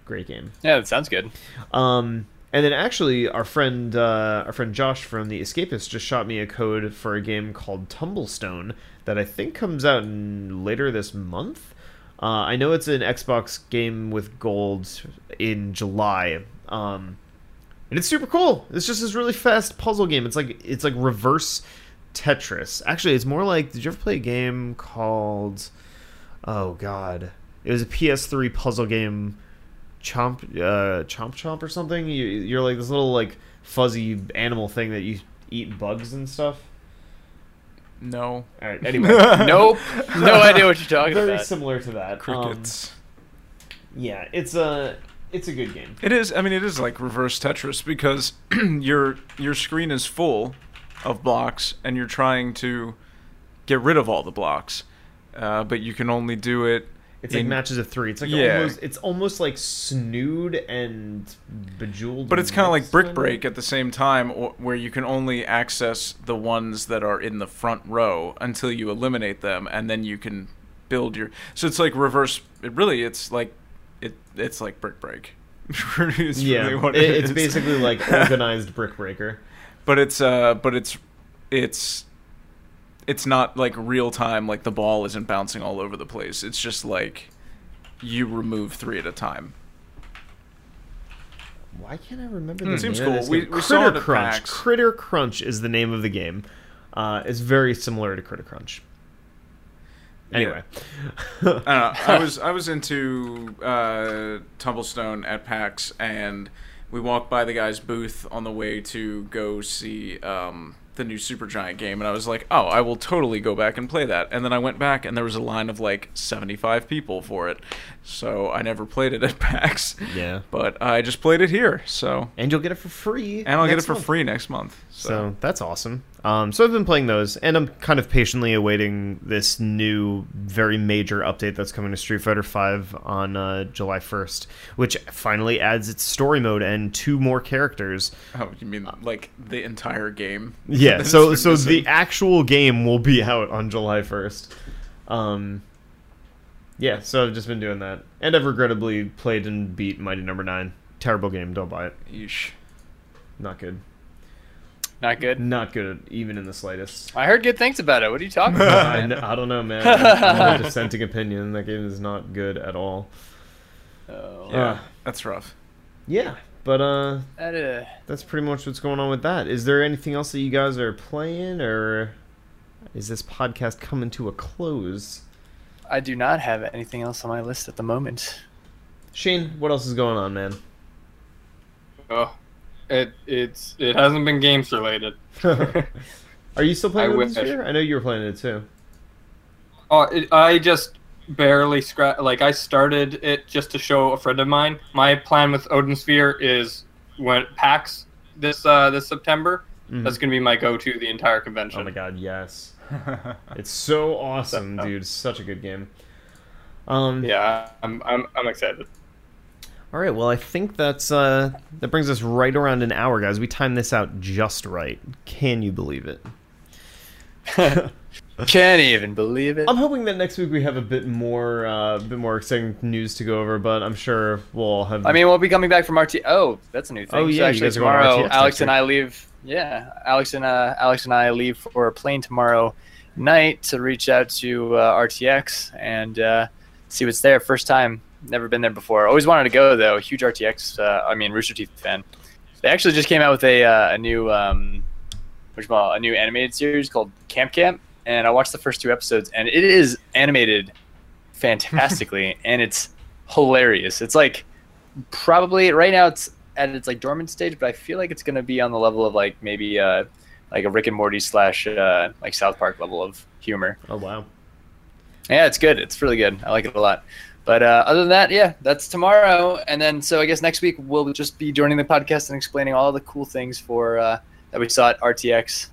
S1: great game
S3: yeah, that sounds good.
S1: um, and then actually, our friend uh, our friend Josh from the Escapist just shot me a code for a game called Tumblestone that I think comes out in, later this month. Uh, I know it's an Xbox game with gold in July. Um, and it's super cool. It's just this really fast puzzle game. It's like it's like reverse Tetris. Actually, it's more like did you ever play a game called Oh god. It was a PS3 puzzle game chomp uh chomp chomp or something. You you're like this little like fuzzy animal thing that you eat bugs and stuff.
S2: No.
S1: All right, anyway.
S3: Nope. No idea what you're talking
S1: Very
S3: about.
S1: similar to that. Um,
S2: Crickets.
S1: yeah, it's a it's a good game.
S2: It is. I mean, it is like reverse Tetris because your your screen is full of blocks, and you're trying to get rid of all the blocks, uh, but you can only do it
S1: It's like
S2: In-
S1: matches of three. It's like
S2: Yeah.
S1: almost it's almost like snood and bejeweled.
S2: But it's kind of like
S1: mixed,
S2: Brick
S1: of?
S2: Break at the same time, wh- where you can only access the ones that are in the front row until you eliminate them, and then you can build your. So it's like reverse. It really, it's like it. It's like Brick Break. It's
S1: Yeah,
S2: really what
S1: it-
S2: it
S1: it's
S2: is.
S1: basically like organized brick breaker.
S2: but it's uh, but it's, it's, it's not like real time. Like the ball isn't bouncing all over the place. It's just like, you remove three at a time.
S1: Why can't I remember? The name
S2: Hmm. Seems
S1: of
S2: cool.
S1: this
S2: We-
S1: game?
S2: we saw
S1: Critter
S2: it at
S1: Crunch.
S2: PAX.
S1: Critter Crunch is the name of the game. Uh, it's very similar to Critter Crunch. Anyway,
S2: I don't know. I was I was into uh, Tumblestone at PAX, and we walked by the guy's booth on the way to go see um, the new Supergiant game, and I was like, "Oh, I will totally go back and play that." And then I went back, and there was a line of like seventy five people for it, so I never played it at PAX.
S1: Yeah.
S2: but I just played it here, so
S1: and you'll get it for free.
S2: and I'll get
S1: next
S2: it for
S1: month.
S2: free next month. So,
S1: So that's awesome. Um, so I've been playing those, and I'm kind of patiently awaiting this new, very major update that's coming to Street Fighter V on uh, July 1st, which finally adds its story mode and two more characters.
S2: oh, you mean like the entire game?
S1: Yeah,
S2: That's
S1: so
S2: been
S1: so
S2: missing.
S1: the actual game will be out on July 1st. Um, yeah, so I've just been doing that, and I've regrettably played and beat Mighty Number Nine. Terrible game. Don't buy it.
S2: Yeesh.
S1: Not good.
S3: Not good.
S1: Not good, even in the slightest.
S3: I heard good things about it. What are you talking
S1: Uh,
S3: about?
S1: I, kn- I don't know, man. I'm a dissenting opinion. That game is not good at all.
S3: Oh,
S1: Yeah. Uh,
S2: That's rough.
S1: yeah, but uh,
S3: that, uh,
S1: that's pretty much what's going on with that. Is there anything else that you guys are playing, or is this podcast coming to a close?
S3: I do not have anything else on my list at the moment.
S1: Shane, what else is going on, man?
S4: Oh, it it's it hasn't been games related.
S1: are you still playing
S4: I
S1: Open
S4: wish.
S1: Sphere? I know you were playing it too.
S4: Oh, it, I just barely scratch. Like I started it just to show a friend of mine. My plan with Odin Sphere is when PAX this uh, this September.
S1: Mhm.
S4: That's gonna be my go-to the entire convention.
S1: Oh my god, yes! It's so awesome, dude. Such a good game. Um,
S4: Yeah, I'm I'm, I'm excited.
S1: All right. Well, I think that's uh, that brings us right around an hour, guys. We timed this out just right. Can you believe it?
S3: Can't even believe it.
S1: I'm hoping that next week we have a bit more, uh, bit more exciting news to go over. But I'm sure we'll all have.
S3: I mean, we'll be coming back from RT. Oh, that's a new thing.
S1: Oh, yeah,
S3: so
S1: you
S3: actually,
S1: guys are going to
S3: tomorrow,
S1: RTX next
S3: Alex and
S1: week.
S3: I leave. Yeah, Alex and uh, Alex and I leave for a plane tomorrow night to reach out to uh, RTX and uh, see what's there. First time, never been there before. Always wanted to go though. Huge RTX. Uh, I mean, Rooster Teeth fan. They actually just came out with a uh, a new um, which a new animated series called Camp Camp, and I watched the first two episodes, and it is animated fantastically, and it's hilarious. It's like probably right now it's at its like dormant stage, but I feel like it's gonna be on the level of like maybe uh like a Rick and Morty slash uh, like South Park level of humor.
S1: oh wow.
S3: Yeah, it's good. It's really good. I like it a lot. But uh, other than that, yeah, that's tomorrow. And then so I guess next week we'll just be joining the podcast and explaining all the cool things for uh, that we saw at RTX,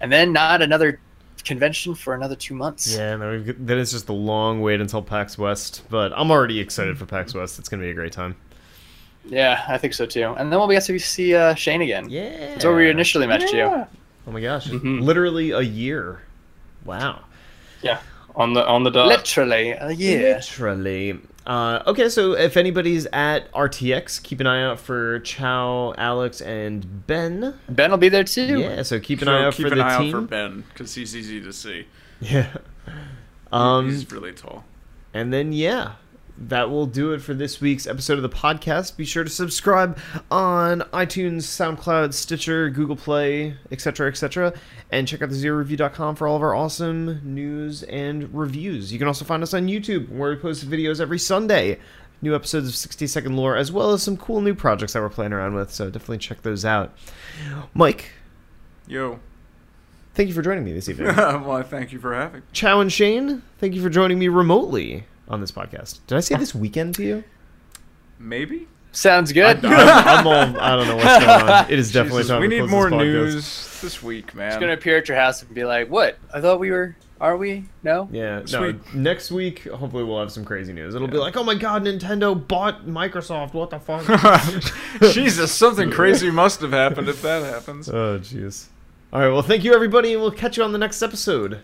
S3: and then not another convention for another two months.
S1: Yeah. No, we've, got- then it's just a long wait until PAX West. But I'm already excited for PAX West. It's gonna be a great time.
S3: Yeah, I think so too. And then we'll be able to see uh, Shane again.
S1: Yeah.
S3: That's where we initially met you.
S1: Oh my gosh!
S2: Mm-hmm.
S4: Mhm.
S1: Literally a year. Wow.
S4: Yeah, on the on the dot.
S3: Literally a year.
S1: Literally. Uh, okay, so if anybody's at RTX, keep an eye out for Chow, Alex, and Ben.
S3: Ben will be there too.
S1: Yeah, so keep an
S2: So
S1: eye out
S2: keep
S1: for
S2: an
S1: the
S2: eye
S1: team.
S2: out for Ben because he's easy to see.
S1: Yeah. Um,
S2: he's really tall.
S1: and then yeah, that will do it for this week's episode of the podcast. Be sure to subscribe on iTunes, SoundCloud, Stitcher, Google Play, etc., etc., and check out the zeroreview.com for all of our awesome news and reviews. You can also find us on YouTube, where we post videos every Sunday. New episodes of 60 Second Lore, as well as some cool new projects that we're playing around with, so definitely check those out. Mike,
S2: Yo.
S1: thank you for joining me this evening.
S2: well, thank you for having.
S1: Chow and Shane, thank you for joining me remotely on this podcast. Did I say this weekend to you?
S2: Maybe.
S3: Sounds good.
S1: I'm, I'm all, I don't know what's going on. It is definitely
S2: Jesus,
S1: time
S2: we
S1: to
S2: need
S1: close
S2: more
S1: this podcast.
S2: news this week, man.
S3: He's gonna appear at your house and be like, "What? I thought we were Are we? No.
S1: Yeah, no.
S2: Sweet.
S1: Next week, hopefully, we'll have some crazy news. It'll be like, oh my god, Nintendo bought Microsoft. What the fuck?
S2: Jesus, something crazy must have happened if that happens.
S1: Oh, jeez. All right. Well, thank you, everybody, and we'll catch you on the next episode.